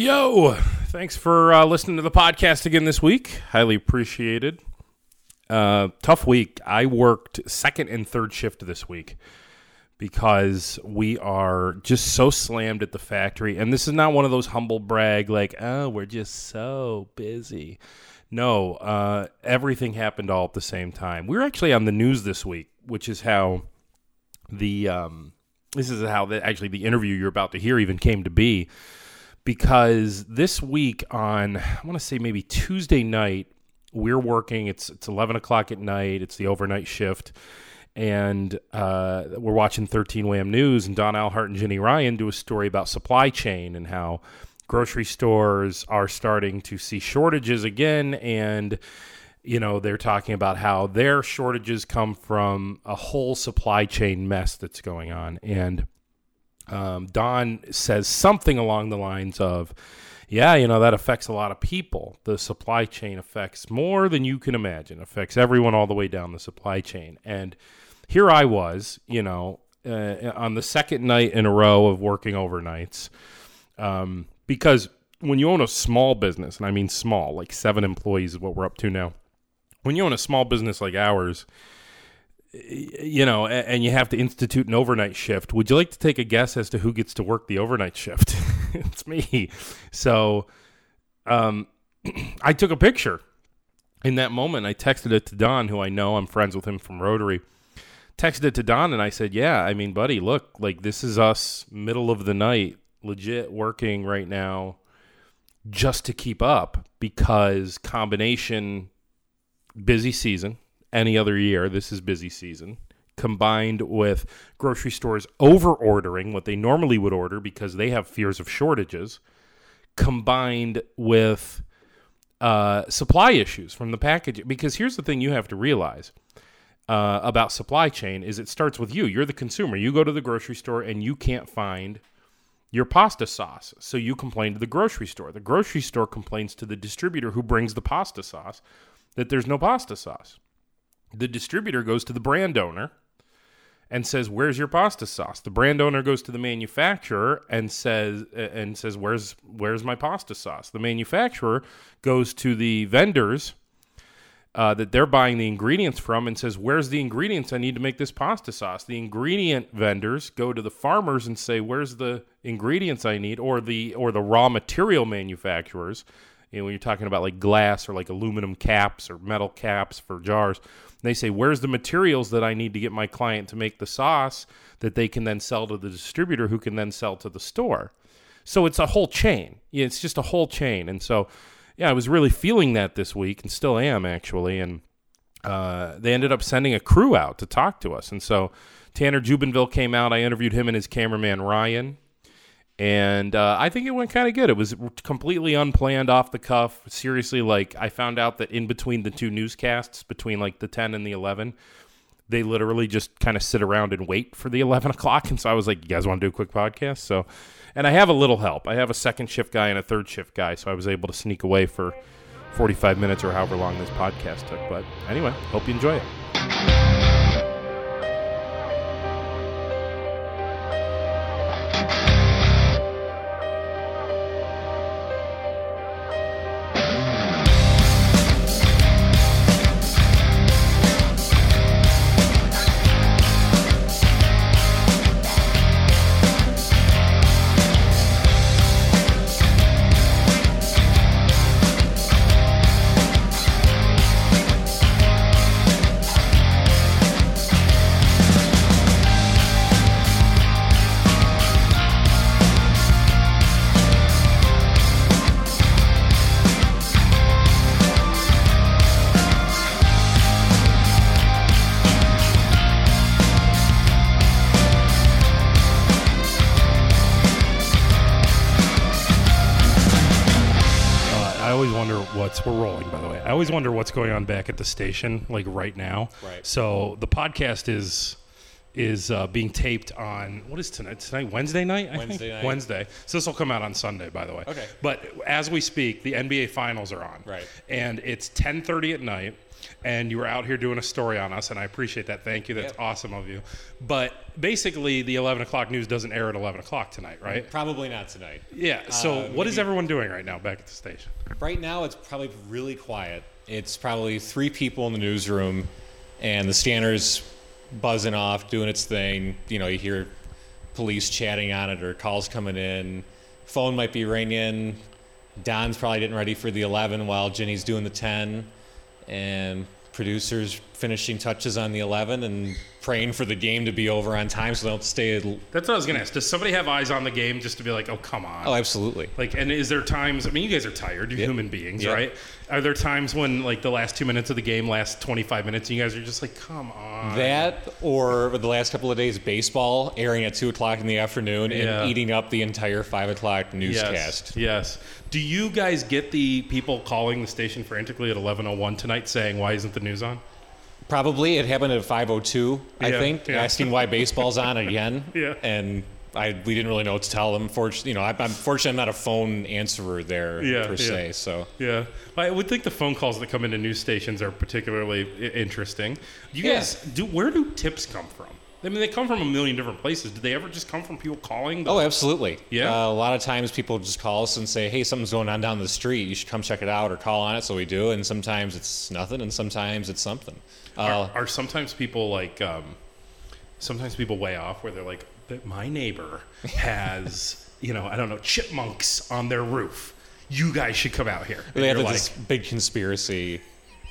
Yo, thanks for uh, listening to the podcast again this week. Highly appreciated. Uh, tough week. I worked second and third shift this week because we are just so slammed at the factory. And this is not one of those humble brag, like, oh, we're just so busy. No, uh, everything happened all at the same time. We were actually on the news this week, which is how the um, this is how the, actually the interview you're about to hear even came to be because this week on I want to say maybe Tuesday night we're working. It's it's eleven o'clock at night. It's the overnight shift, and uh, we're watching thirteen Wham News and Don Alhart and Jenny Ryan do a story about supply chain and how grocery stores are starting to see shortages again and you know they're talking about how their shortages come from a whole supply chain mess that's going on and um, Don says something along the lines of, yeah, you know, that affects a lot of people. The supply chain affects more than you can imagine, affects everyone all the way down the supply chain. And here I was, you know, uh, on the second night in a row of working overnights um, because when you own a small business, and I mean small, like seven employees is what we're up to now. When you own a small business like ours, you know, a- and you have to institute an overnight shift. Would you like to take a guess as to who gets to work the overnight shift? it's me. So, um, I took a picture in that moment. I texted it to Don, who I know I'm friends with him from Rotary. Texted it to Don, and I said, "Yeah, I mean, buddy, look, like this is us, middle of the night, legit working right now, just to keep up because combination busy season any other year this is busy season combined with grocery stores over ordering what they normally would order because they have fears of shortages combined with uh, supply issues from the package because here's the thing you have to realize uh, about supply chain is it starts with you you're the consumer you go to the grocery store and you can't find your pasta sauce. So you complain to the grocery store. The grocery store complains to the distributor who brings the pasta sauce that there's no pasta sauce. The distributor goes to the brand owner and says, "Where's your pasta sauce?" The brand owner goes to the manufacturer and says and says, "Where's where's my pasta sauce?" The manufacturer goes to the vendors uh, that they're buying the ingredients from and says, Where's the ingredients I need to make this pasta sauce? The ingredient vendors go to the farmers and say, Where's the ingredients I need? Or the or the raw material manufacturers. You know, when you're talking about like glass or like aluminum caps or metal caps for jars, they say, Where's the materials that I need to get my client to make the sauce that they can then sell to the distributor who can then sell to the store? So it's a whole chain. Yeah, it's just a whole chain. And so, yeah, I was really feeling that this week and still am actually. And uh, they ended up sending a crew out to talk to us. And so Tanner Jubinville came out. I interviewed him and his cameraman, Ryan. And uh, I think it went kind of good. It was completely unplanned, off the cuff. Seriously, like I found out that in between the two newscasts, between like the 10 and the 11, they literally just kind of sit around and wait for the 11 o'clock. And so I was like, you guys want to do a quick podcast? So, and I have a little help. I have a second shift guy and a third shift guy. So I was able to sneak away for 45 minutes or however long this podcast took. But anyway, hope you enjoy it. Uh, I always wonder what's we're rolling. By the way, I always wonder what's going on back at the station, like right now. Right. So the podcast is is uh, being taped on what is tonight? Tonight Wednesday night. I Wednesday think? night. Wednesday. So this will come out on Sunday, by the way. Okay. But as we speak, the NBA Finals are on. Right. And it's 10:30 at night, and you were out here doing a story on us, and I appreciate that. Thank you. That's Yep. awesome of you. But basically, the 11 o'clock news doesn't air at 11 o'clock tonight, right? Probably not tonight. Yeah. So Mm-hmm. Uh, what is maybe- everyone doing right now back at the station? Right now, it's probably really quiet. It's probably three people in the newsroom, and the scanner's buzzing off, doing its thing. You know, you hear police chatting on it or calls coming in. Phone might be ringing. Don's probably getting ready for the 11 while Ginny's doing the 10. And producers finishing touches on the 11 and praying for the game to be over on time so they don't stay. At... That's what I was gonna ask. Does somebody have eyes on the game just to be like, oh come on? Oh, absolutely. Like, and is there times? I mean, you guys are tired. You're Yep. human beings, Yep. right? Are there times when like the last two minutes of the game, last 25 minutes, and you guys are just like, come on? That or the last couple of days, baseball airing at two o'clock in the afternoon Yeah. and eating up the entire five o'clock yes, newscast. yes. Do you guys get the people calling the station frantically at 11:01 tonight saying, why isn't the news on? Probably it happened at five o two, I Yeah, think, yeah. asking why baseball's on again. Yeah. and I we didn't really know what to tell them. Fortunately, you know, I, I'm fortunate I'm not a phone answerer there Yeah, per se. So Yeah, I would think the phone calls that come into news stations are particularly i- interesting. You Yeah. guys, do where do tips come from? I mean, they come from a million different places. Do they ever just come from people calling? The, Oh, absolutely. Yeah. Uh, a lot of times people just call us and say, "Hey, something's going on down the street. You should come check it out or call on it." So we do, and sometimes it's nothing, and sometimes it's something. Uh, are, are sometimes people like um, sometimes people way off where they're like "But my neighbor has you know i don't know chipmunks on their roof you guys should come out here And They have you're this big conspiracy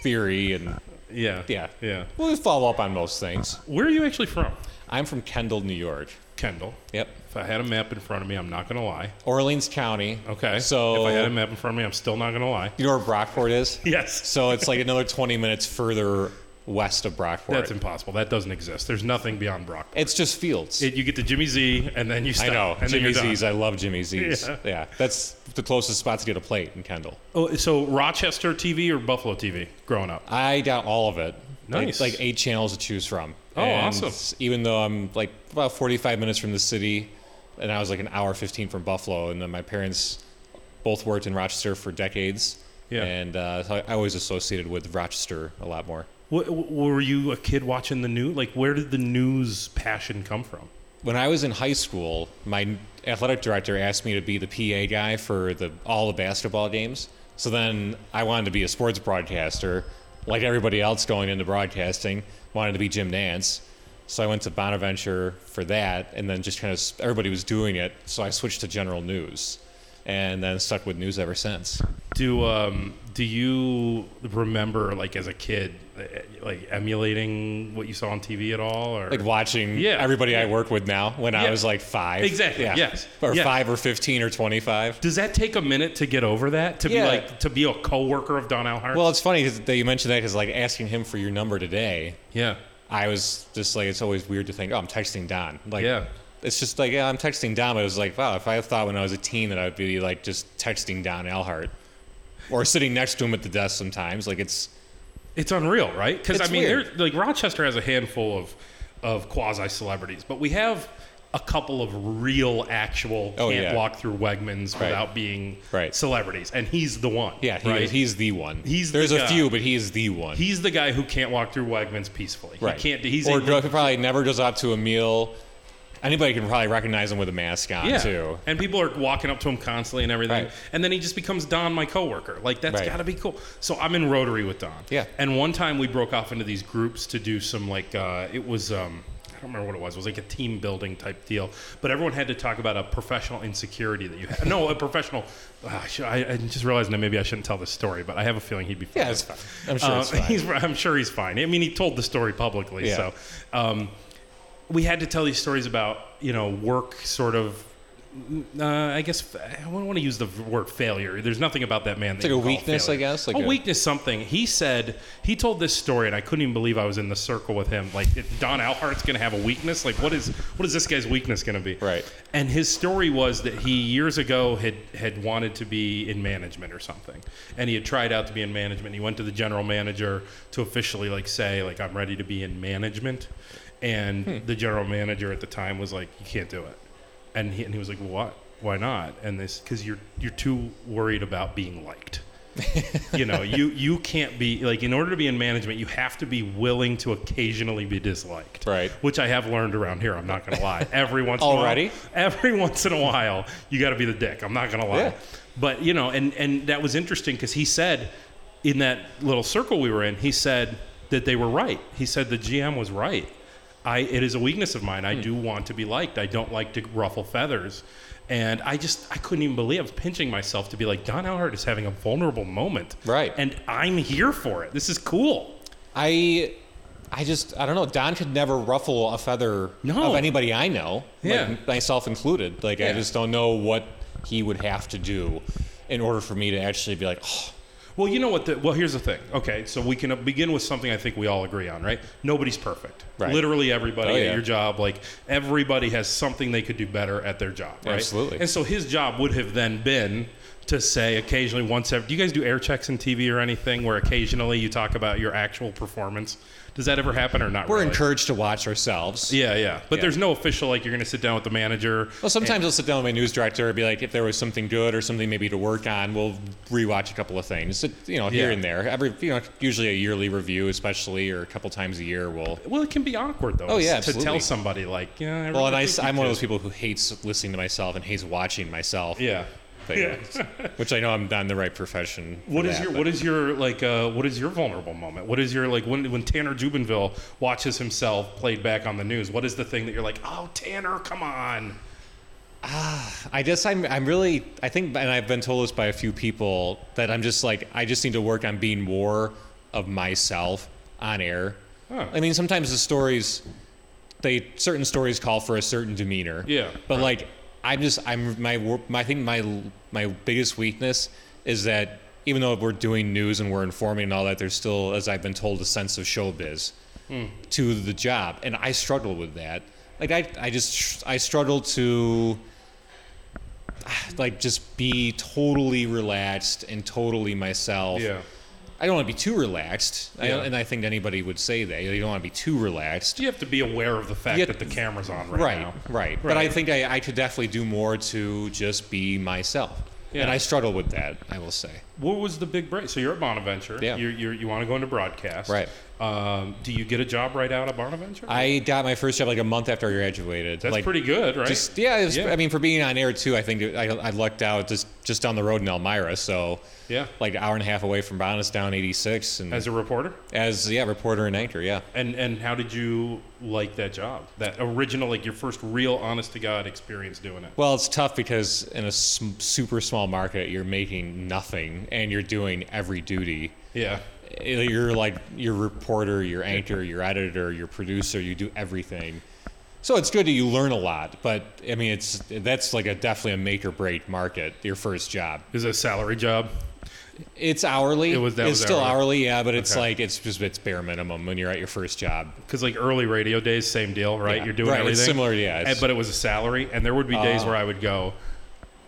theory, and yeah yeah, yeah We'll follow up on most things. where are you actually from I'm from Kendall, New York. kendall Yep, if i had a map in front of me i'm not gonna lie Orleans County. okay So- if i had a map in front of me i'm still not gonna lie You know where Brockport is? yes So it's like another 20 minutes further west of Brockport. that's impossible that doesn't exist there's nothing beyond brock it's just fields. It- you get to jimmy z and then you I stop know. and Jimmy then you're Z's. done. I love Jimmy Z's. Yeah. Yeah. that's the closest spot to get a plate in Kendall. Oh, so rochester tv or buffalo tv growing up I got all of it. Like- Nice. Like, eight channels to choose from. Oh, And awesome. Even though I'm like about 45 minutes from the city, and I was like an hour 15 from Buffalo, and then my parents both worked in Rochester for decades. Yeah. And uh, so I always associated with Rochester a lot more. What, were you a kid watching the news? Like, where did the news passion come from? When I was in high school, my athletic director asked me to be the PA guy for the all the basketball games. So then I wanted to be a sports broadcaster, like everybody else going into broadcasting. Wanted to be Jim Nance, so I went to Bonaventure for that, and then just kind of everybody was doing it, so I switched to general news, and then stuck with news ever since. Do um do you remember like as a kid eh, like emulating what you saw on TV at all or Like watching Yeah. everybody I work with now when Yeah. I was like five, Exactly, yes. or Yes. five or fifteen or twenty-five. does that take a minute to get over that to Yeah. be like to be a coworker of Don Elhart? Well, it's funny 'cause that you mentioned that because, like, asking him for your number today, yeah. I was just like, it's always weird to think, oh, I'm texting Don. Like, Yeah. it's just like, yeah, I'm texting Don. But it was like, wow, if I thought when I was a teen that I would be like just texting Don Elhart or sitting next to him at the desk sometimes, like it's It's unreal, right? Cuz I It's mean weird. there like Rochester has a handful of of quasi celebrities, but we have a couple of real actual Oh, can't yeah. walk through Wegmans without being Right. celebrities and he's the one. yeah, he, right? he's the one. He's the there's guy. a few, but he is the one. He's the guy who can't walk through Wegmans peacefully. right? He can't. He's or a, go- probably never goes out to a meal. Anybody can probably recognize him with a mask on yeah. too. And people are walking up to him constantly and everything. Right. And then he just becomes Don, my coworker. Like that's Right. got to be cool. So I'm in Rotary with Don. Yeah. And one time we broke off into these groups to do some like uh, it was um, I don't remember what it was. It was like a team building type deal. But everyone had to talk about a professional insecurity that you had. no, a professional. ah, I should- I, I just realized that maybe I shouldn't tell this story, but I have a feeling he'd be. fine. Yeah, it's fine. I'm sure it's Uh, fine. he's- I'm sure he's fine. I mean, he told the story publicly, Yeah. so um, we had to tell these stories about you know work sort of. Uh, I guess I don't want to use the word failure. There's nothing about that man. It's like a weakness, I guess, like a, a- weakness, something. He said he told this story, and I couldn't even believe I was in the circle with him. Like if Don Alhart's going to have a weakness. Like what is what is this guy's weakness going to be? Right. And his story was that he years ago had had wanted to be in management or something, and he had tried out to be in management. He went to the general manager to officially like say like I'm ready to be in management, And the general manager at the time was like, "You can't do it," and he, and he was like, "What? Why not?" And this because you're you're too worried about being liked. you know, you you can't be like in order to be in management, you have to be willing to occasionally be disliked. Right. Which I have learned around here. I'm not going to lie. Every once in Already? a while, every once in a while, you got to be the dick. I'm not going to lie. Yeah. But you know, and and that was interesting because he said in that little circle we were in, he said that they were right. He said the GM was right. I it is a weakness of mine. I Hmm. do want to be liked. I don't like to ruffle feathers. And I just I couldn't even believe I was pinching myself to be like Don Elhart is having a vulnerable moment. Right. And I'm here for it. This is cool. I I just I don't know. Don could never ruffle a feather No. of anybody I know, Yeah. like myself included. Like Yeah. I just don't know what he would have to do in order for me to actually be like, oh, Well, you know what? The, well, here's the thing. Okay, so we can uh, begin with something I think we all agree on, right? Nobody's perfect. Right. Literally everybody Oh, at yeah. your job, like everybody has something they could do better at their job, right? Absolutely. And so his job would have then been to say occasionally once every. Do you guys do air checks in TV or anything where occasionally you talk about your actual performance? Does that ever happen or not? we're really? encouraged to watch ourselves. Yeah, yeah. But Yeah. there's no official like you're going to sit down with the manager. Well, sometimes I'll sit down with my news director and be like, if there was something good or something maybe to work on, we'll rewatch a couple of things, you know, here Yeah. and there. Every, you know, usually a yearly review, especially, or a couple times a year, we'll Well, it can be awkward though. Oh, yeah, to tell absolutely. somebody like, yeah. Well, and I, really think you am one of did. those people who hates listening to myself and hates watching myself. Yeah. But, you know, it's- which I know I'm not in the right profession. for What is that, your but- what is your like uh, what is your vulnerable moment? What is your like when when Tanner Jubinville watches himself played back on the news? What is the thing that you're like, oh Tanner, come on? I guess I'm I'm really I think and I've been told this by a few people that I'm just like I just need to work on being more of myself on air. Huh. I mean sometimes the stories they certain stories call for a certain demeanor. Yeah. But like I'm just I'm my, wor- my I think my my biggest weakness is that even though we're doing news and we're informing and all that there's still as I've been told a sense of showbiz Hmm. to the job and I struggle with that. Like I I just I struggle to like just be totally relaxed and totally myself. Yeah, I don't want to be too relaxed, I Yeah. don't, and I think anybody would say that you don't want to be too relaxed. you have to be aware of the fact Yeah. that the camera's on right, Right, now. right, But I Right. think I, I could definitely do more to just be myself, Yeah. and I struggle with that. I will say. What was the big break? So you're at Bonaventure. Yeah. You're, you're, you want to go into broadcast. Right. Um, do you get a job right out of Bonaventure? I got my first job like a month after I graduated. That's like, pretty good, right? Just, yeah, it was, Yeah. I mean, for being on air too, I think I, I lucked out just just down the road in Elmira, so yeah. like an hour and a half away from Bonus down 86, and as, As a reporter. yeah, reporter and anchor, yeah. And and how did you like that job? That original, like your first real, honest to god experience doing it. Well, it's tough because in a s- super small market, you're making nothing and you're doing every duty. Yeah. You're like your reporter, your anchor, your editor, your producer. You do everything. So it's good that you learn a lot, but I mean, it's that's like a definitely a make or break market. Your first job, Is it a salary job? it's hourly. It was- that it's was still hourly. hourly. yeah, but it's Okay. like it's just it's bare minimum when you're at your first job. Because like early radio days, same deal, right? Yeah. You're doing Right, it's everything similar, yeah, it's- Uh. And- but it was a salary, and there would be days where I would go,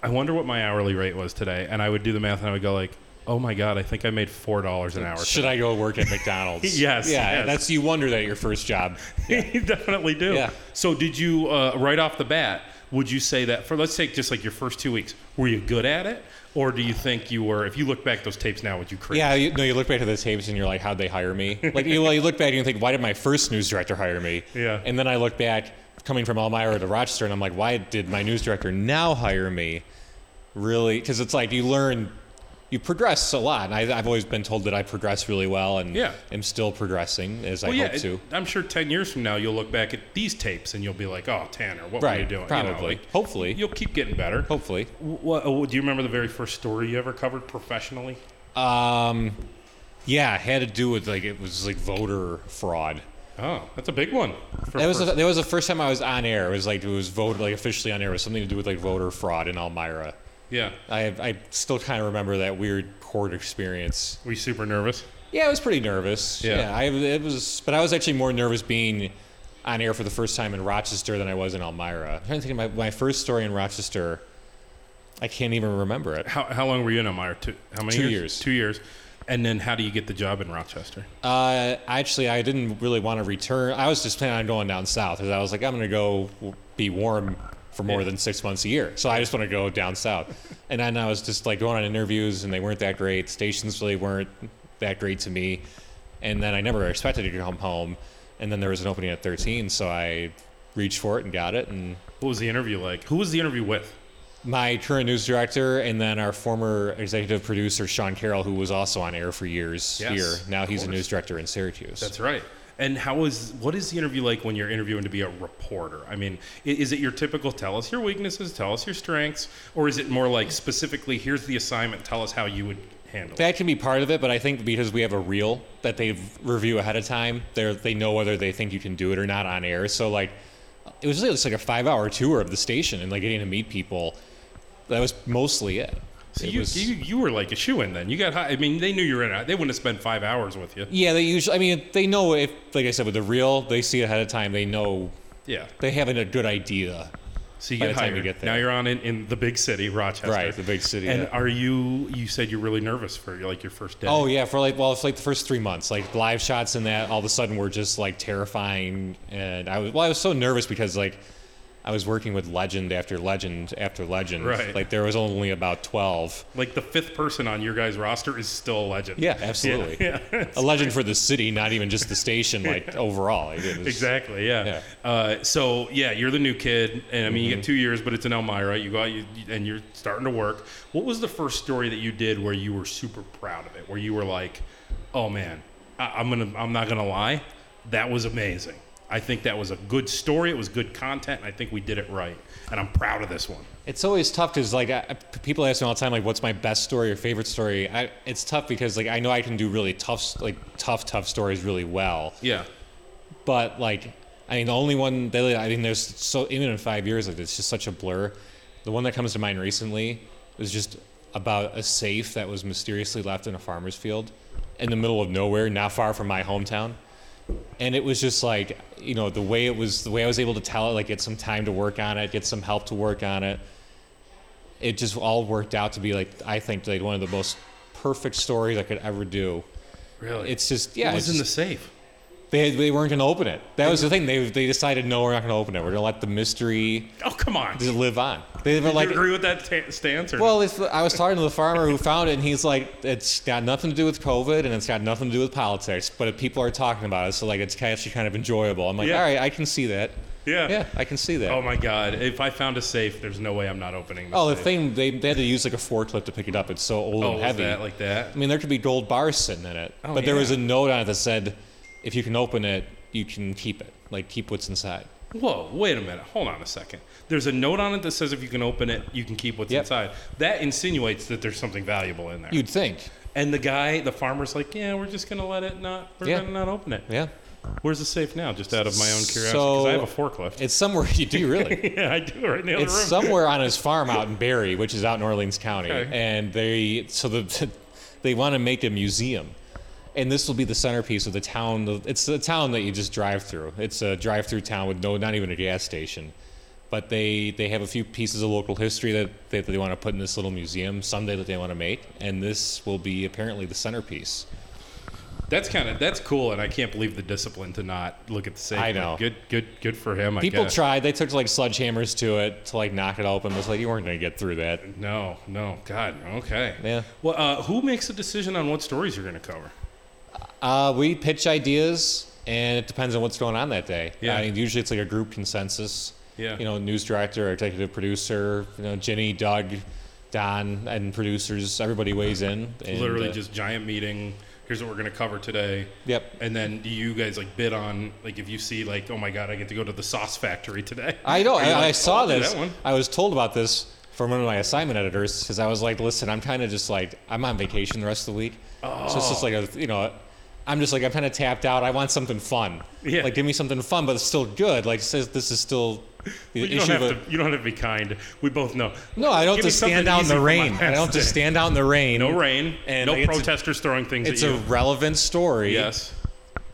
I wonder what my hourly rate was today, and I would do the math, and I would go like, Oh my god, I think I made four dollars an hour. Should I go work at McDonald's? Yes, yeah. yes. That's you wonder that your first job. you definitely do. Yeah. So did you uh, right off the bat? Would you say that for let's take just like your first two weeks, were you good at it, or do you think you were? If you look back those tapes now, would you create? Yeah, you, no, you look back to the tapes and you're like, how'd they hire me? Like, you, well, you look back and you think, why did my first news director hire me? Yeah. And then I look back, coming from Elmira to Rochester, and I'm like, why did my news director now hire me? Really? Because it's like you learn, you progress a lot. And I, I've always been told that I progress really well and Yeah. am still progressing as I Well, yeah, hope to. it- I'm sure ten years from now you'll look back at these tapes and you'll be like, "Oh, Tanner, what were you right. doing?" You know, Probably. Oh, like, hopefully. you'll keep getting better. hopefully. What, oh, do you remember the very first story you ever covered professionally? Um, yeah, had to do with like, it was like voter fraud. Oh, that's a big one. for That was the, first- that was the first time I was on air. It was like it was vote like officially on air. It was something to do with like voter fraud in Elmira. yeah. I I still kind of remember that weird court experience. Were you super nervous? Yeah, I was pretty nervous. Yeah. I it was, but I was actually more nervous being on air for the first time in Rochester than I was in Elmira. I'm trying to think of my my first story in Rochester. I can't even remember it. How, how long were you in Elmira? Two, how many Two years? years. Two years. And then how do you get the job in Rochester? Uh, actually, I didn't really want to return. I was just planning on going down south because I was like, I'm going to go w- be warm for more than six months a year. So I just want to go down south. and then I was just like going on interviews, and they weren't that great. Stations really weren't that great to me. And then I never expected to come home. And then there was an opening at 13, so I reached for it and got it. And What was the interview like? Who was the interview with? my current news director and then our former executive producer Sean Carroll, who was also on air for years Yes, here. Now of he's a course. news director in Syracuse. That's right. And how is what is the interview like when you're interviewing to be a reporter? I mean, i- is it your typical tell us your weaknesses, tell us your strengths, or is it more like specifically here's the assignment, tell us how you would handle it? That can be part of it, but I think because we have a reel that they review ahead of time, they they know whether they think you can do it or not on air. So like, it was really just like a five-hour tour of the station and like getting to meet people. That was mostly it. So It you, was- you you were like a shoe in then. You got high. I mean, they knew you were in. it. They wouldn't have spent five hours with you. yeah, they usually. I mean, they know if, like I said, with the reel, they see it ahead of time. They know Yeah. they have a good idea. So you By get the time hired. you get Now there. you're on in, in the big city, Rochester. Right, the big city, And yeah. are you? You said you're really nervous for like your first day. Oh yeah, for like well, for like the first three months, like live shots and that, all of a sudden were just like terrifying, and I was well, I was so nervous because like I was working with legend after legend after legend. Right. Like there was only about twelve. Like the fifth person on your guys' roster is still a legend. Yeah, absolutely. yeah. A legend for the city, not even just the station. Like overall, like, it was, Exactly. Yeah. Uh, so yeah, you're the new kid, and I mean Mm-hmm. you get two years, but it's in Elmira. You go out you, and you're starting to work. What was the first story that you did where you were super proud of it? Where you were like, "Oh man, I, I'm gonna, I'm not gonna lie, that was amazing. I think that was a good story. It was good content. And I think we did it right, and I'm proud of this one." It's always tough because like I, I- people ask me all the time, like, what's my best story or favorite story? I, it's tough because like I know I can do really tough, s- like tough, tough stories really well. Yeah. but like I mean the only one that I mean there's so even in five years like it's just such a blur. The one that comes to mind recently was just about a safe that was mysteriously left in a farmer's field in the middle of nowhere, not far from my hometown. And it was just like you know the way it was the way I was able to tell it like get some time to work on it, get some help to work on it. It just all worked out to be like I think like one of the most perfect stories I could ever do. Really. It's just yeah, What it's was in just- the safe. they, they weren't going to open it. That was the thing. They, they decided, no, we're not going to open it. We're going to let the mystery Oh come on. just Did live on. They were like, you agree with that ta stance? Or well, if, I was talking to the farmer who found it, and he's like, it's got nothing to do with COVID, and it's got nothing to do with politics, but if people are talking about it, so like it's actually kind of enjoyable. I'm like, Yeah. all right, I can see that. Yeah. Yeah, I can see that. Oh Oh, my God! If I found a safe, there's no way I'm not opening. This the safe. thing, they, they had to use like a forklift to pick it up. It's so old Oh, and was heavy. that like that? I mean, there could be gold bars sitting in it, Oh, but there yeah. was a note on it that said, if you can open it, you can keep it. Like, keep what's inside. Whoa, wait a minute. Hold on a second. There's a note on it that says if you can open it, you can keep what's Yep. inside. That insinuates that there's something valuable in there. You'd think. and the guy, the farmer's like, yeah, we're just gonna let it not. We're Yeah. gonna not open it. Yeah. Where's the safe now? Just out of my own curiosity, because So- I have a forklift. It's somewhere you do really. yeah, I do right now. It's room. somewhere on his farm out in Barry, which is out in Orleans County, Okay. and they so the they want to make a museum, and this will be the centerpiece of the town. It's the town that you just drive through. It's a drive-through town with no, not even a gas station, but they they have a few pieces of local history that that they want to put in this little museum someday that they want to make, and this will be apparently the centerpiece. that's kind of that's cool, and I can't believe the discipline to not look at the safe. I Like, know. Good, good, good for him. I People guess. tried. They took like sledgehammers to it to like knock it open. It was like you weren't going to get through that. No, no, God, okay. Yeah. Well, uh, who makes a decision on what stories you're gonna cover? Uh, we pitch ideas, and it depends on what's going on that day. Yeah. I mean, usually it's like a group consensus. Yeah. You know, news director, executive producer, you know, Jenny, Doug, Don, and producers. Everybody weighs in. And, literally uh, just giant meeting. Here's what we're gonna cover today. Yep. And then do you guys like bid on like if you see like oh my god I get to go to the sauce factory today? I know. Are I, you like, I saw "Oh, I'll do this. That one. I was told about this from one of my assignment editors because I was like, listen, I'm kind of just like, I'm on vacation the rest of the week. So it's Oh. just like, a, you know, I'm just like, I'm kind of tapped out. I want something fun. Yeah. Like, give me something fun, but it's still good. Like, says this is still the But you issue don't have of a- to. You don't have to be kind. We both know. No, I don't Give have me to something stand out in easy the for my rain. I don't have last to day. stand out in the rain. No rain. And no like, it's a- protesters throwing things It's at a you. relevant story yes.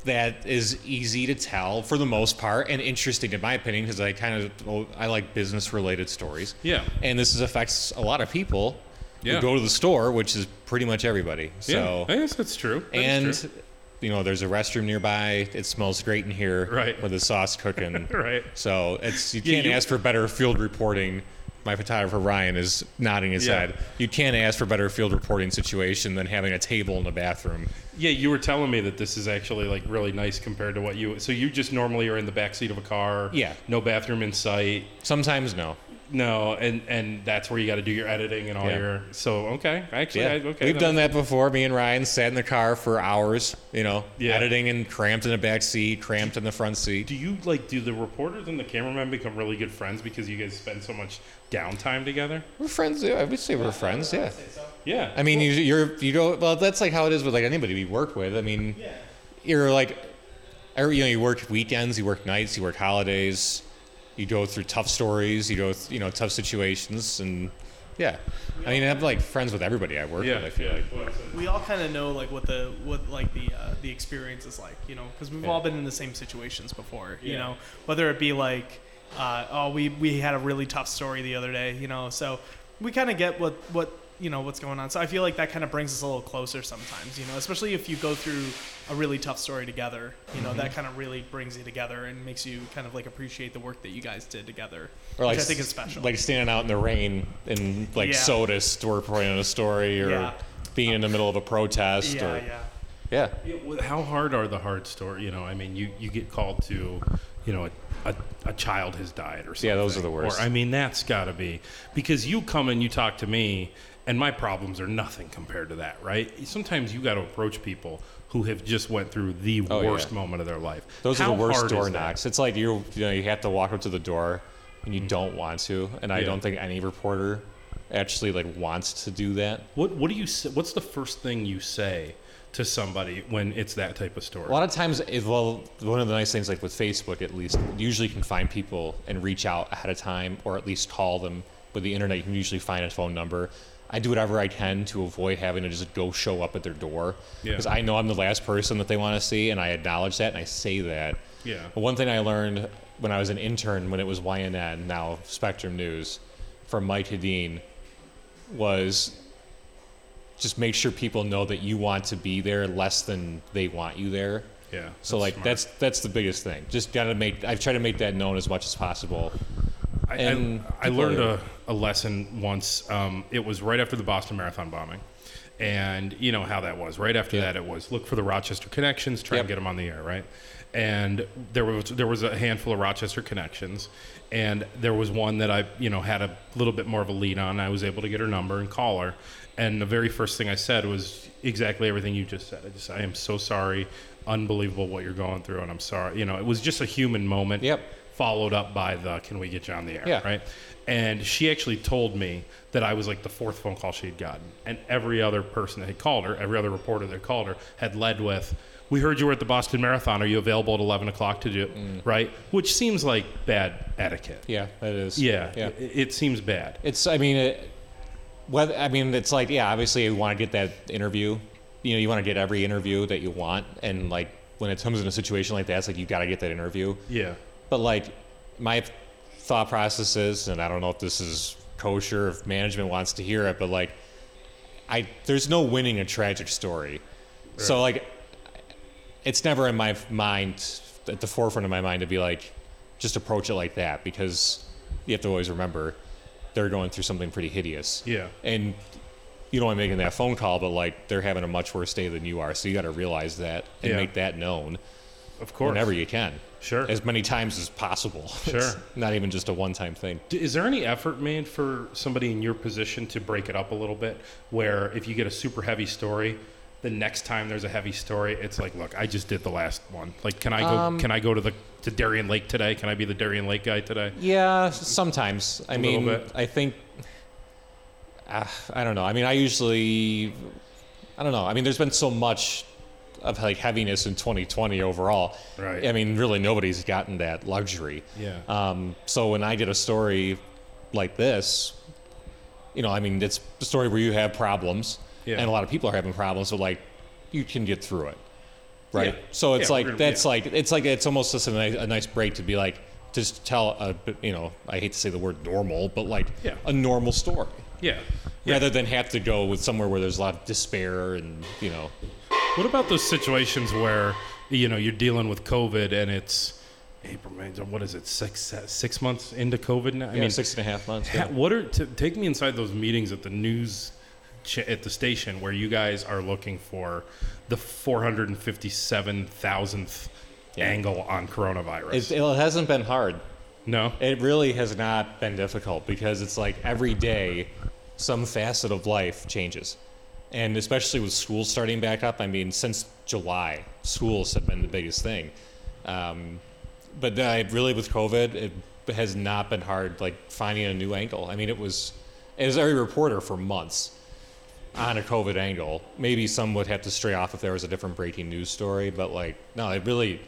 that is easy to tell for the most part and interesting in my opinion because I kind of I like business related stories. Yeah. And this is, affects a lot of people. Yeah. who go to the store, which is pretty much everybody. So yeah, I guess that's true. That is and true. you know, there's a restroom nearby. It smells great in here Right. with the sauce cooking. right. So it's you can't you- ask for better field reporting. My photographer Ryan is nodding his Yeah. head. You can't ask for better field reporting situation than having a table in the bathroom. Yeah, you were telling me that this is actually like really nice compared to what you. So you just normally are in the back seat of a car. Yeah. No bathroom in sight. Sometimes no. No, and and that's where you got to do your editing and all Yeah. your. So okay, actually, Yeah, I, okay, we've done that before. Me and Ryan sat in the car for hours, you know, Yeah. editing and cramped in the back seat, cramped in the front seat. Do you like? Do the reporters and the cameramen become really good friends because you guys spend so much downtime together? We're friends. yeah, I would say we're friends. Yeah. Yeah. I mean, you, you're you go well. That's like how it is with like anybody we work with. I mean, you're like, every, you know, you work weekends, you work nights, you work holidays, you go through tough stories, you go th- you know tough situations, and yeah. I mean, I'm like friends with everybody I work yeah. with. I feel yeah. like. we all kind of know like what the what like the uh, the experience is like, you know, because we've all been in the same situations before, you Yeah. know, whether it be like, uh, oh, we we had a really tough story the other day, you know, so we kind of get what what you know what's going on. So I feel like that kind of brings us a little closer sometimes, you know, especially if you go through a really tough story together, you know, that Mm-hmm. kind of really brings you together and makes you kind of like appreciate the work that you guys did together, which I think is special. Like standing out in the rain in like Yeah. soda store reporting a story or Yeah. being in the middle of a protest yeah, or yeah. yeah. Yeah, well, How hard are the hard stories? You know, I mean, you, you get called to, you know, a, a, a child has died or something. Yeah, those are the worst. Or, I mean, that's got to be because you come and you talk to me, and my problems are nothing compared to that, right? Sometimes you got to approach people who have just went through the Oh, yeah. worst moment of their life. Those How are the worst hard door is that? knocks. It's like you you know you have to walk up to the door and you don't want to, and I Mm. Yeah. don't think any reporter actually like wants to do that. What What do you? s- What's the first thing you say to somebody when it's that type of story? A lot of times, it, well, one of the nice things, like with Facebook at least, you usually can find people and reach out ahead of time or at least call them. With the internet, you can usually find a phone number. I do whatever I can to avoid having to just go show up at their door Yeah. because I know I'm the last person that they want to see, and I acknowledge that and I say that. Yeah. But one thing I learned when I was an intern, when it was YNN, now Spectrum News, from Mike Hedin, was just make sure people know that you want to be there less than they want you there. Yeah, So that's like smart. that's that's the biggest thing. Just gotta make. I've tried to make that known as much as possible. I, And I, I people learned are- a, a lesson once. Um, it was right after the Boston Marathon bombing. And you know how that was. Right after Yeah. that, it was look for the Rochester connections, try and Yep. get them on the air, right? And there was there was a handful of Rochester connections, and there was one that I you know had a little bit more of a lead on. I was able to get her number and call her, and the very first thing I said was exactly everything you just said. I just I am so sorry, unbelievable what you're going through, and I'm sorry. You know, it was just a human moment Yep. followed up by the can we get you on the air Yeah. right and she actually told me that i was like the fourth phone call she had gotten and every other person that had called her every other reporter that had called her had led with we heard you were at the boston marathon are you available at 11 o'clock to do right which seems like bad etiquette Mm. Yeah, that is. yeah, Yeah. It, it seems bad It's. I mean, it, whether I mean, it's like yeah. Obviously, you want to get that interview. You know, you want to get every interview that you want, and like when it comes in a situation like that, it's like you got to get that interview. yeah But like, my thought process is, and I don't know if this is kosher, if management wants to hear it, but like, I there's no winning a tragic story. So like, it's never in my f- mind, at the forefront of my mind, to be like, just approach it like that because you have to always remember they're going through something pretty hideous. Yeah. And you know, I'm making that phone call, but like they're having a much worse day than you are, so you got to realize that and Yeah. make that known of course whenever you can. Sure. As many times as possible. It's Sure. not even just a one time thing. D- Is there any effort made for somebody in your position to break it up a little bit? Where if you get a super heavy story, the next time there's a heavy story, it's like, look, I just did the last one. Like, can I go? can I go to the to Darien Lake today? Can I be the Darien Lake guy today? Yeah, sometimes. I little mean, bit. I think. Uh, I don't know. I mean, I usually. I don't know. I mean, there's been so much of like heaviness in 2020 overall. Right. I mean, really, nobody's gotten that luxury. Yeah. Um, so when I get a story like this, you know, I mean, it's a story where you have problems, Yeah. and a lot of people are having problems, but like, you can get through it, right? Yeah. So it's Yeah, like we're gonna- that's yeah. like it's like it's almost just a nice, a nice break to be like just tell a you know I hate to say the word normal, but like Yeah. a normal story. Yeah. rather than have to go with somewhere where there's a lot of despair and you know What about those situations where you know you're dealing with COVID and it's April, May, what is it, six six months into COVID now? I I mean six and a half months. Ha- What are t- take me inside those meetings at the news ch- at the station where you guys are looking for the 457,000th Yeah. angle on coronavirus? It, it hasn't been hard. no. It really has not been difficult because it's like every day some facet of life changes. And especially with school starting back up, I mean, since July, schools have been the biggest thing. Um, but I really, with COVID, it has not been hard, like finding a new angle. I mean, it was, it was every reporter for months on a COVID angle. Maybe some would have to stray off if there was a different breaking news story, but like, no, it really,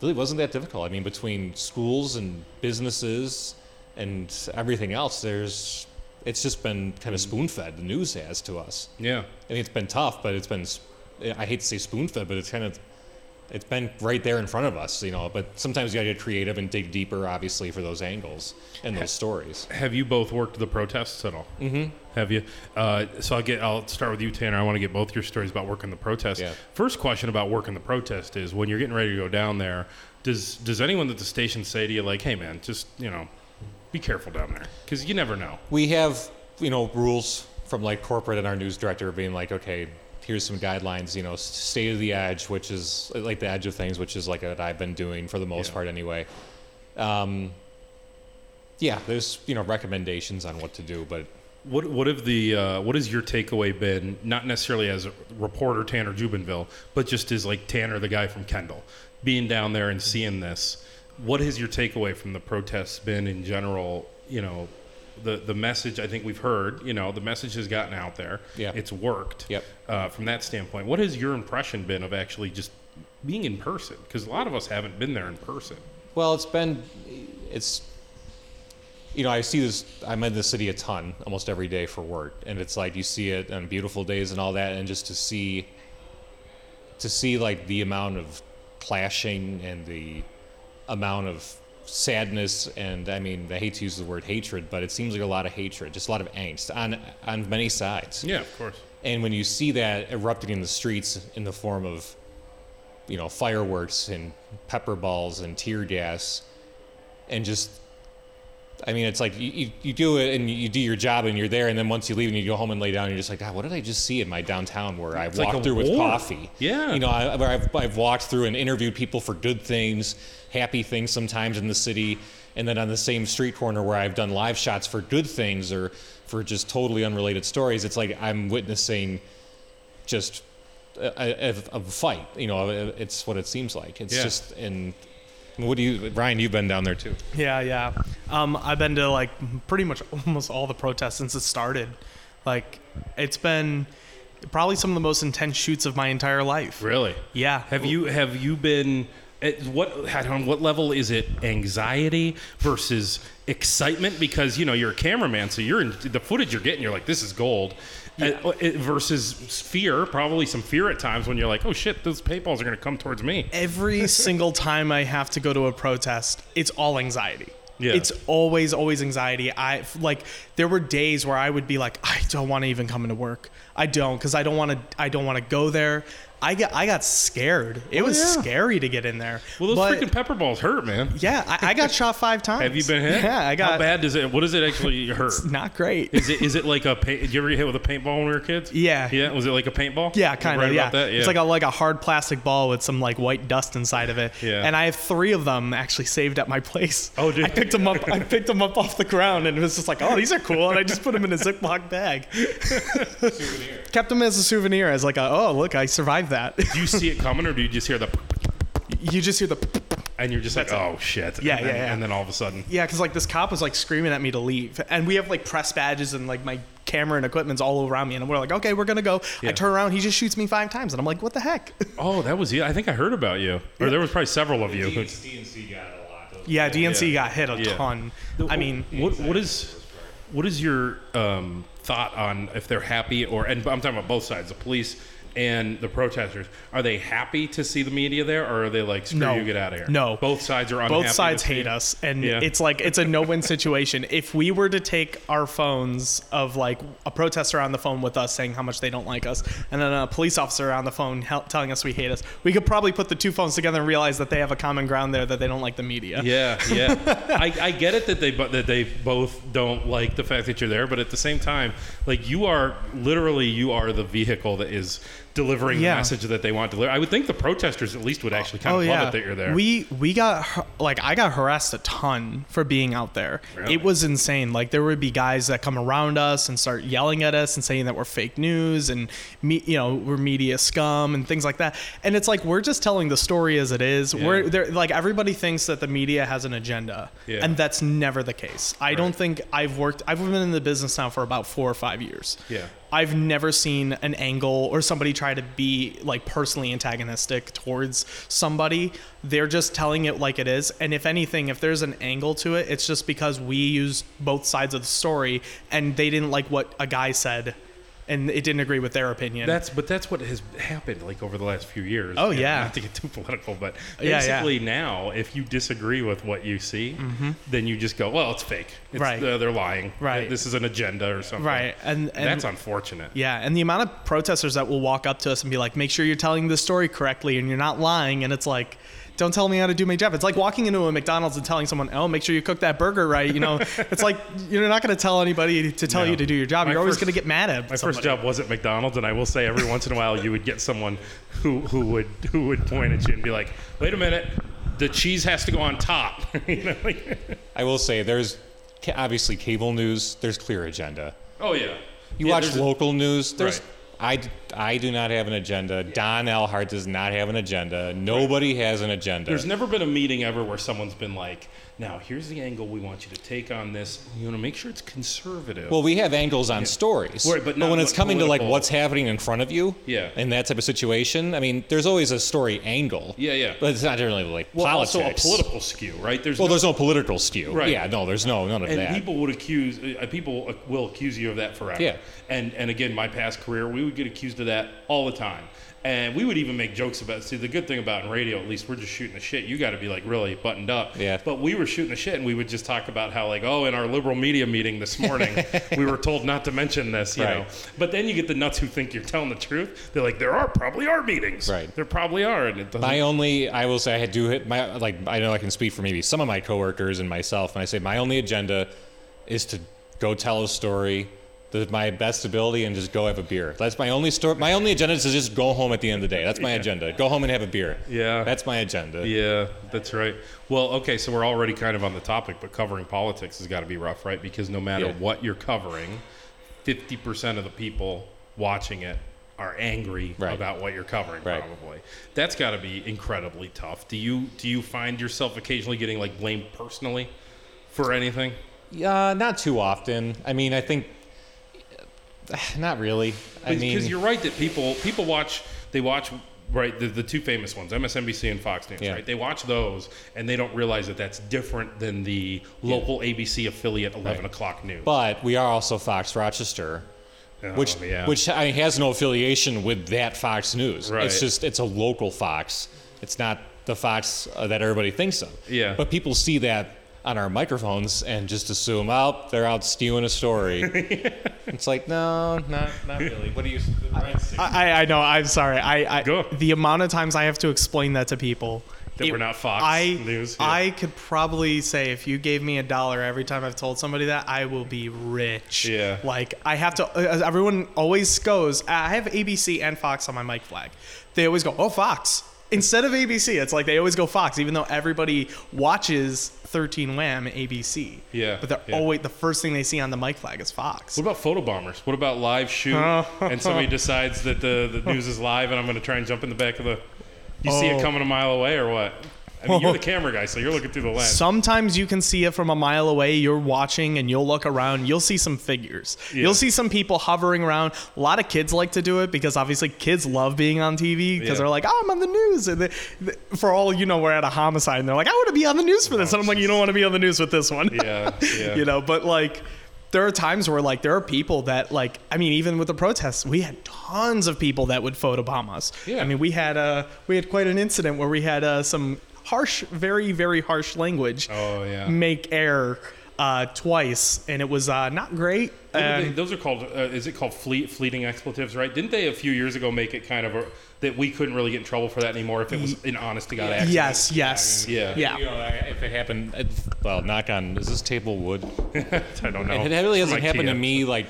really wasn't that difficult. I mean, between schools and businesses and everything else, there's it's just been kind of spoon fed. The news has to us. Yeah. I mean, it's been tough, but it's been s- I hate to say spoon fed, but it's kind of it's been right there in front of us, you know. But sometimes you got to get creative and dig deeper, obviously, for those angles and those stories. Have you both worked the protests at all? Mm-hmm. Have you? Uh, so I'll get. I'll start with you, Tanner. I want to get both your stories about working the protest. Yeah. First question about working the protest is when you're getting ready to go down there. Does Does anyone at the station say to you like, "Hey, man, just you know, be careful down there," because you never know. we have you know rules from like corporate and our news director being like okay here's some guidelines you know s- stay to the edge which is like the edge of things which is like what i've been doing for the most Yeah. part anyway um, yeah there's you know recommendations on what to do but What What have the uh, What has your takeaway been? Not necessarily as a reporter Tanner Jubinville, but just as like Tanner, the guy from Kendall, being down there and seeing this. What has your takeaway from the protests been in general? You know, the the message I think we've heard. You know, the message has gotten out there. Yeah. it's worked. Yep. Uh, from that standpoint, what has your impression been of actually just being in person? Because a lot of us haven't been there in person. Well, it's been, it's, you know, I see this. I'm in the city a ton, almost every day for work, and it's like you see it on beautiful days and all that, and just to see, to see like the amount of clashing and the amount of sadness, and I mean, I hate to use the word hatred, but it seems like a lot of hatred, just a lot of angst on on many sides. Yeah, of course. And when you see that erupting in the streets in the form of, you know, fireworks and pepper balls and tear gas, and just, I mean, it's like you, you, you do it and you do your job and you're there, and then once you leave and you go home and lay down, you're just like, God, what did I just see in my downtown where I It's like walked a through with war. coffee? Yeah. You know, I, where I've, I've walked through and interviewed people for good things, happy things sometimes in the city, and then on the same street corner where I've done live shots for good things or for just totally unrelated stories, it's like I'm witnessing just a, a, a fight. You know, it's what it seems like. It's Yeah. just and what do you, Ryan? You've been down there too. Mm-hmm. Yeah, yeah. Um, I've been to like pretty much almost all the protests since it started. Like, it's been probably some of the most intense shoots of my entire life. Really. Yeah. Have you have you been at what at on what level is it anxiety versus excitement because you know you're a cameraman so you're in the footage you're getting you're like this is gold Uh, it- versus fear probably some fear at times when you're like oh shit those paintballs are going to come towards me every single time I have to go to a protest, it's all anxiety. Yeah. It's always, always anxiety. I like there were days where I would be like, I don't want to even come into work. I don't because I don't want to. I don't want to go there. I got, I got scared. It was Oh, yeah. scary to get in there. well those But- freaking pepper balls hurt man Yeah, I, I got shot five times. have you been hit Yeah, I how got. bad does it what does it actually hurt Not great. is it is it like a paint did you ever get hit with a paintball when we were kids Yeah. yeah was it like a paintball Yeah, kind right of. Yeah. about that? yeah it's like a like a hard plastic ball with some like white dust inside of it. Yeah. And I have three of them actually saved at my place. Oh, did I picked them up. I picked them up off the ground, and it was just like, oh, these are cool, and I just put them in a Ziploc bag. Kept them as a souvenir, as like, a, oh, look, I survived that. do you see it coming or do you just hear the you just hear the. and you're just like, oh shit. Yeah, and then, yeah, yeah. And then all of a sudden, Yeah, because like this cop was like screaming at me to leave, and we have like press badges and like my camera and equipment's all around me, and we're like, okay, we're gonna go. Yeah. I turn around, he just shoots me five times, and I'm like, what the heck? oh, that was you. I think I heard about you, or there was probably several of you. who- DNC got a lot. Yeah, DNC Yeah. got hit a Yeah. ton. I mean, what what is what is your um, thought on if they're happy or? And I'm talking about both sides, the police and the protesters, are they happy to see the media there, or are they like, "Screw No. you, get out of here"? No. both sides are unhappy. both sides to see hate it. us and Yeah. it's like it's a no-win situation if we were to take our phones of like a protester on the phone with us saying how much they don't like us and then a police officer on the phone hel- telling us we hate us we could probably put the two phones together and realize that they have a common ground there that they don't like the media Yeah, yeah. I, I get it that they bu- that they both don't like the fact that you're there, but at the same time, like you are literally you are the vehicle that is delivering Yeah. the message that they want to deliver. I would think the protesters at least would actually kind Oh of yeah, love it that you're there. we we got har- like I got harassed a ton for being out there. Really? It was insane. Like there would be guys that come around us and start yelling at us and saying that we're fake news and me, you know we're media scum and things like that. And it's like we're just telling the story as it is. We're they're, like everybody thinks that the media has an agenda, Yeah. and that's never the case. I don't think I've worked. I've been in the business now for about four or five years. Yeah. I've never seen an angle or somebody try to be like personally antagonistic towards somebody. They're just telling it like it is. And if anything, if there's an angle to it, it's just because we used both sides of the story and they didn't like what a guy said and it didn't agree with their opinion. That's but that's what has happened like over the last few years. Oh, And yeah. not to get too political, but Yeah, yeah. basically now, if you disagree with what you see, then you just go, well, it's fake. It's, Mm-hmm. Right. uh, they're lying. Right. This is an agenda or something. right. And, and That's unfortunate. Yeah, and the amount of protesters that will walk up to us and be like, "Make sure you're telling the story correctly and you're not lying." And it's like, "Don't tell me how to do my job." It's like walking into a McDonald's and telling someone, "Oh, make sure you cook that burger right." You know, it's like you're not going to tell anybody to tell No. you to do your job. My you're always first- going to get mad at My somebody. first job was at McDonald's, and I will say every once in a while you would get someone who, who would who would point at you and be like, "Wait a minute, the cheese has to go on top." you know, like, I will say there's ca- obviously cable news. There's clear agenda. oh yeah, You Yeah, watch there's a- local news. There's Right. I d I do not have an agenda. Don Elhart does not have an agenda. Nobody has an agenda. There's never been a meeting ever where someone's been like, "Now here's the angle we want you to take on this. You want to make sure it's conservative." well, we have angles on stories, Right, but not when it's what coming to like political- what's happening in front of you, Yeah. and that type of situation, I mean, there's always a story angle, Yeah, yeah. but it's not generally like well, politics. also a political skew, right? There's Well, no- there's no political skew. Right. Yeah, no, there's no none of and that. people would accuse uh, people uh, will accuse you of that forever. Yeah. And and again, my past career, we would get accused of that all the time, and we would even make jokes about. See, the good thing about in radio, at least, we're just shooting the shit. You got to be like really buttoned up. Yeah. But we were shooting the shit, and we would just talk about how like, oh, in our liberal media meeting this morning, we were told not to mention this. You Right. know. But then you get the nuts who think you're telling the truth. They're like, there are probably are meetings. Right. There probably are, and it doesn't. My only, I will say, I do hit my like. I know I can speak for maybe some of my coworkers and myself, and I say my only agenda is to go tell a story to my best ability and just go have a beer. That's my only story. My only agenda is to just go home at the end of the day. That's my agenda. Go home and have a beer. Yeah. that's my agenda. Yeah, that's right. Well, okay, so we're already kind of on the topic, but covering politics has got to be rough, right? Because no matter Yeah. what you're covering, 50% of the people watching it are angry Right. about what you're covering Right. probably. That's got to be incredibly tough. Do you do you find yourself occasionally getting like blamed personally for anything? Yeah, Uh, not too often. I mean, I think not really. I mean, because you're right that people people watch they watch right the, the two famous ones MSNBC and Fox News Yeah. right they watch those and they don't realize that that's different than the local ABC affiliate 11 o'clock news. But we are also Fox Rochester, Oh, which yeah. which I mean, has no affiliation with that Fox News. Right. It's just it's a local Fox. It's not the Fox uh, that everybody thinks of. Yeah. But people see that on our microphones and just assume, oh, they're out stewing a story. it's like, no, not not really. What do you? I, I- I know. I'm sorry. I, I Go. the amount of times I have to explain that to people That we're not Fox I, News, yeah. I could probably say if you gave me a dollar every time I've told somebody that, I will be rich. Yeah. Like I have to. uh, Everyone always goes. I have ABC and Fox on my mic flag. They always go, oh Fox instead of ABC. It's like they always go Fox, even though everybody watches 13 Wham ABC. Yeah, But they're yeah. always the first thing they see on the mic flag is Fox. what about photobombers? What about live shoot? Oh. and somebody decides that the, the news is live, and I'm going to try and jump in the back of the. You see it Oh. coming a mile away, or what? I mean, you're the camera guy, so you're looking through the lens. Sometimes you can see it from a mile away. You're watching and you'll look around. You'll see some figures. You'll see some people hovering around. A lot of kids like to do it because obviously kids love being on TV because Yeah. they're like, oh, I'm on the news. And they, th for all you know, we're at a homicide and they're like, I want to be on the news for this. And I'm like, you don't want to be on the news with this one. yeah, yeah. you know, but like. there are times where like there are people that like I mean even with the protests we had tons of people that would photobomb us. Yeah. I mean we had uh, we had quite an incident where we had uh, some harsh, very very harsh language Oh, yeah. make air uh, twice, and it was uh, not great. What are And- they- those are called. Uh, is it called fleet fleeting expletives? Right? Didn't they a few years ago make it kind of a, that we couldn't really get in trouble for that anymore if it was an honest to god accident? yes, yes, Yeah. yeah. You know, I- if it happened, if- well, knock on, is this table wood? I don't know. It really Oh, It's hasn't from happened to IKEA. me like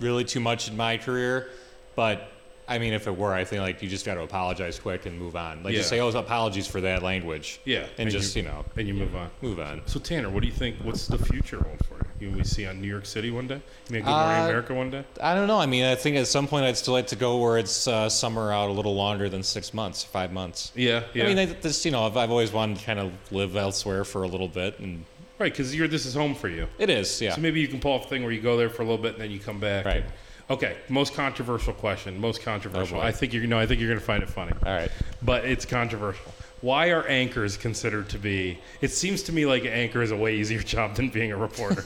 really too much in my career, but I mean, if it were, I think like you just got to apologize quick and move on. Like Yeah. just say, oh, apologies for that language. Yeah, and, just you, know and you move on. move on. So Tanner, what do you think? What's the future hold for you? You we see on New York City one day. You mean Good Morning Uh, America one day? I don't know. I mean, I think at some point I'd still like to go where it's uh, summer out a little longer than six months, five months. Yeah, yeah. I mean, I, this you know, I've, I've always wanted to kind of live elsewhere for a little bit, and right, because you're this is home for you. it is, yeah. So maybe you can pull off a thing where you go there for a little bit and then you come back. Right. Oh, Okay. Most controversial question. Most controversial. boy. I think you're. No, I think you're going to find it funny. All right. but it's controversial. Why are anchors considered to be? It seems to me like an anchor is a way easier job than being a reporter.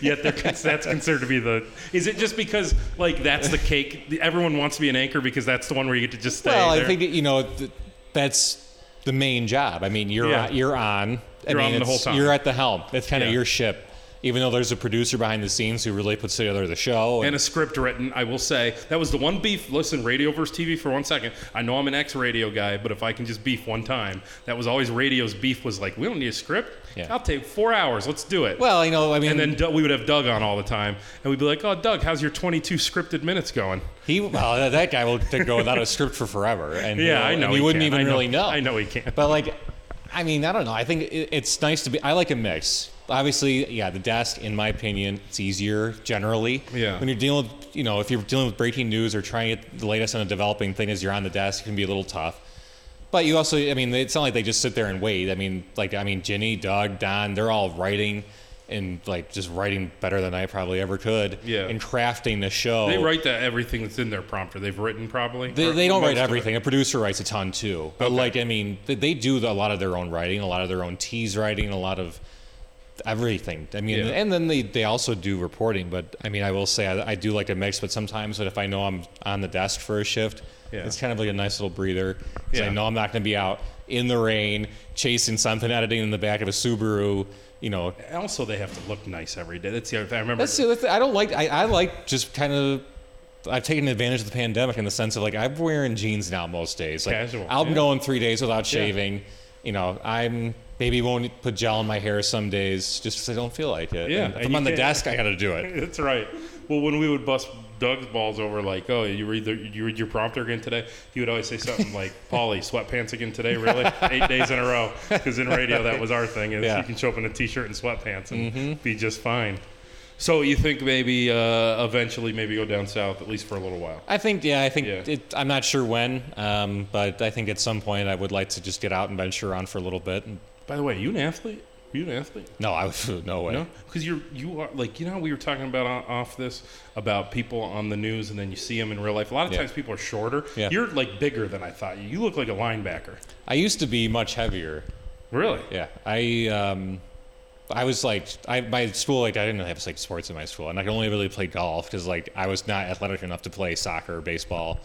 Yet they're, cons- that's considered to be the. Is it just because like that's the cake? Everyone wants to be an anchor because that's the one where you get to just stay. Well, there. I think that, you know th- that's the main job. I mean, you're Yeah. on, you're on. I You're mean, on the it's- whole time. You're at the helm. That's kind of Yeah. your ship. Even though there's a producer behind the scenes who really puts together the show, and a script written. I will say that was the one beef. Listen, radio versus TV for one second. I know I'm an ex-radio guy, but if I can just beef one time, that was always radio's beef. Was like, we don't need a script. Yeah. I'll take four hours. Let's do it. well, you know, I mean, and then Doug, we would have Doug on all the time, and we'd be like, "Oh, Doug, how's your 22 scripted minutes going?" he well, that- that guy will go without a script for forever, and Yeah, I you know. and we he wouldn't can. even I know, really know. I know he can't. But like, I mean, I don't know. I think it, it's nice to be. I like a mix. Obviously, yeah, the desk, in my opinion, it's easier generally. Yeah. When you're dealing with, you know, if you're dealing with breaking news or trying to get the latest on a developing thing as you're on the desk, it can be a little tough. But you also, I mean, it's not like they just sit there and wait. I mean, like, I mean, Ginny, Doug, Don, they're all writing and like just writing better than I probably ever could. Yeah. And crafting the show. They write that everything that's in their prompter. They've written probably. They, Or they don't most write of it. everything. A producer writes a ton too. But like, I mean, they, they do the- a lot of their own writing, a lot of their own tease writing, a lot of everything. I mean, Yeah. and then they, they also do reporting. But I mean, I will say I, I do like a mix. But sometimes, but if I know I'm on the desk for a shift, Yeah. it's kind of like a nice little breather. 'cause Yeah. I know I'm not going to be out in the rain chasing something, editing in the back of a Subaru. You know, Also, they have to look nice every day. That's the other thing. I remember. that's the other thing. I don't like. I, I like just kind of. I've taken advantage of the pandemic in the sense of like I'm wearing jeans now most days. Like Casual, I'm yeah. going three days without shaving. You know, I'm maybe won't put gel in my hair some days just because I don't feel like it. Yeah, And if and I'm you on the can't- desk, I got to do it. That's right. Well, when we would bust Doug's balls over, like, oh, you read, the, you read your prompter again today, he would always say something like, Polly, sweatpants again today, really? Eight days in a row. Because in radio, that was our thing. Is Yeah. You can show up in a t shirt and sweatpants and be just fine. Mm-hmm. So you think maybe uh, eventually maybe go down south, at least for a little while? I think yeah, I think Yeah. It, I'm not sure when, um, but I think at some point I would like to just get out and venture around for a little bit. And, By the way, you an athlete? you an athlete? no, I would no way. No, because you're you are like you know how we were talking about on, off this about people on the news and then you see them in real life. A lot of Yeah. times people are shorter. Yeah. You're like bigger than I thought you. You look like a linebacker. I used to be much heavier. Really? Yeah, I um, I was like, I my school like I didn't have like sports in my school, and I could only really play golf because like I was not athletic enough to play soccer or baseball.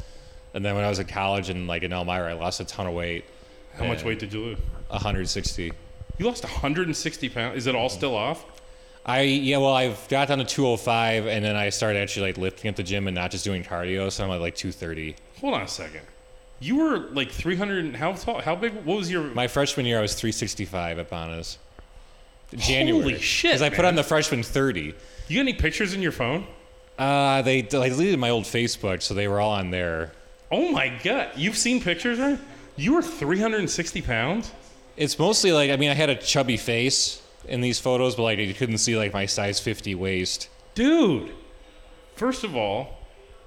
And then when I was in college and like in Elmira, I lost a ton of weight, How much weight did you lose? 160. You lost 160 pounds. Is it all still off? I yeah, well, I've got down to 205, and then I started actually like lifting at the gym and not just doing cardio, so I'm at like 230. Hold on a second. You were like 300. and- How tall? How big? What was your? My freshman year, I was 365 at Bonas. January. shit, Because I put man. on the freshman 30. you got any pictures in your phone? Uh, they I deleted my old Facebook, so they were all on there. Oh my god! You've seen pictures, right? You were 360 pounds. It's mostly like I mean I had a chubby face in these photos, but like you couldn't see like my size 50 waist. dude first of all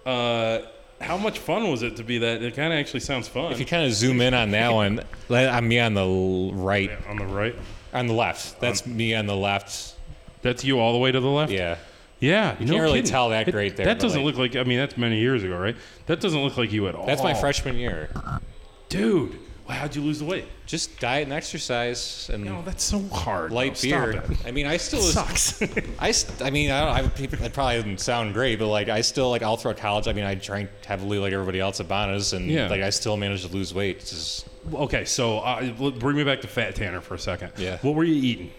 uh how much fun was it to be that it kind of actually sounds fun If you kind of zoom in on that one, like, I'm me on the l- right, Yeah, on the right on the left. That's me on the left. that's you all the way to the left Yeah, yeah you can't really tell that great there, that but, doesn't like- look like Oh. i mean that's many years ago right that doesn't look like you at all that's my freshman year. dude Well, how'd you lose the weight? Just diet and exercise and No, Oh, that's so hard. light No, stop beer. it. I mean, I still It sucks. I, st- I mean, I don't. I, people- it probably doesn't sound great, but like, I still like all throughout college. I mean, I drank heavily like everybody else at Bonas, and Yeah. like I still managed to lose weight. It's just okay, so uh, l- bring me back to Fat Tanner for a second. Yeah. Uh, What were you eating?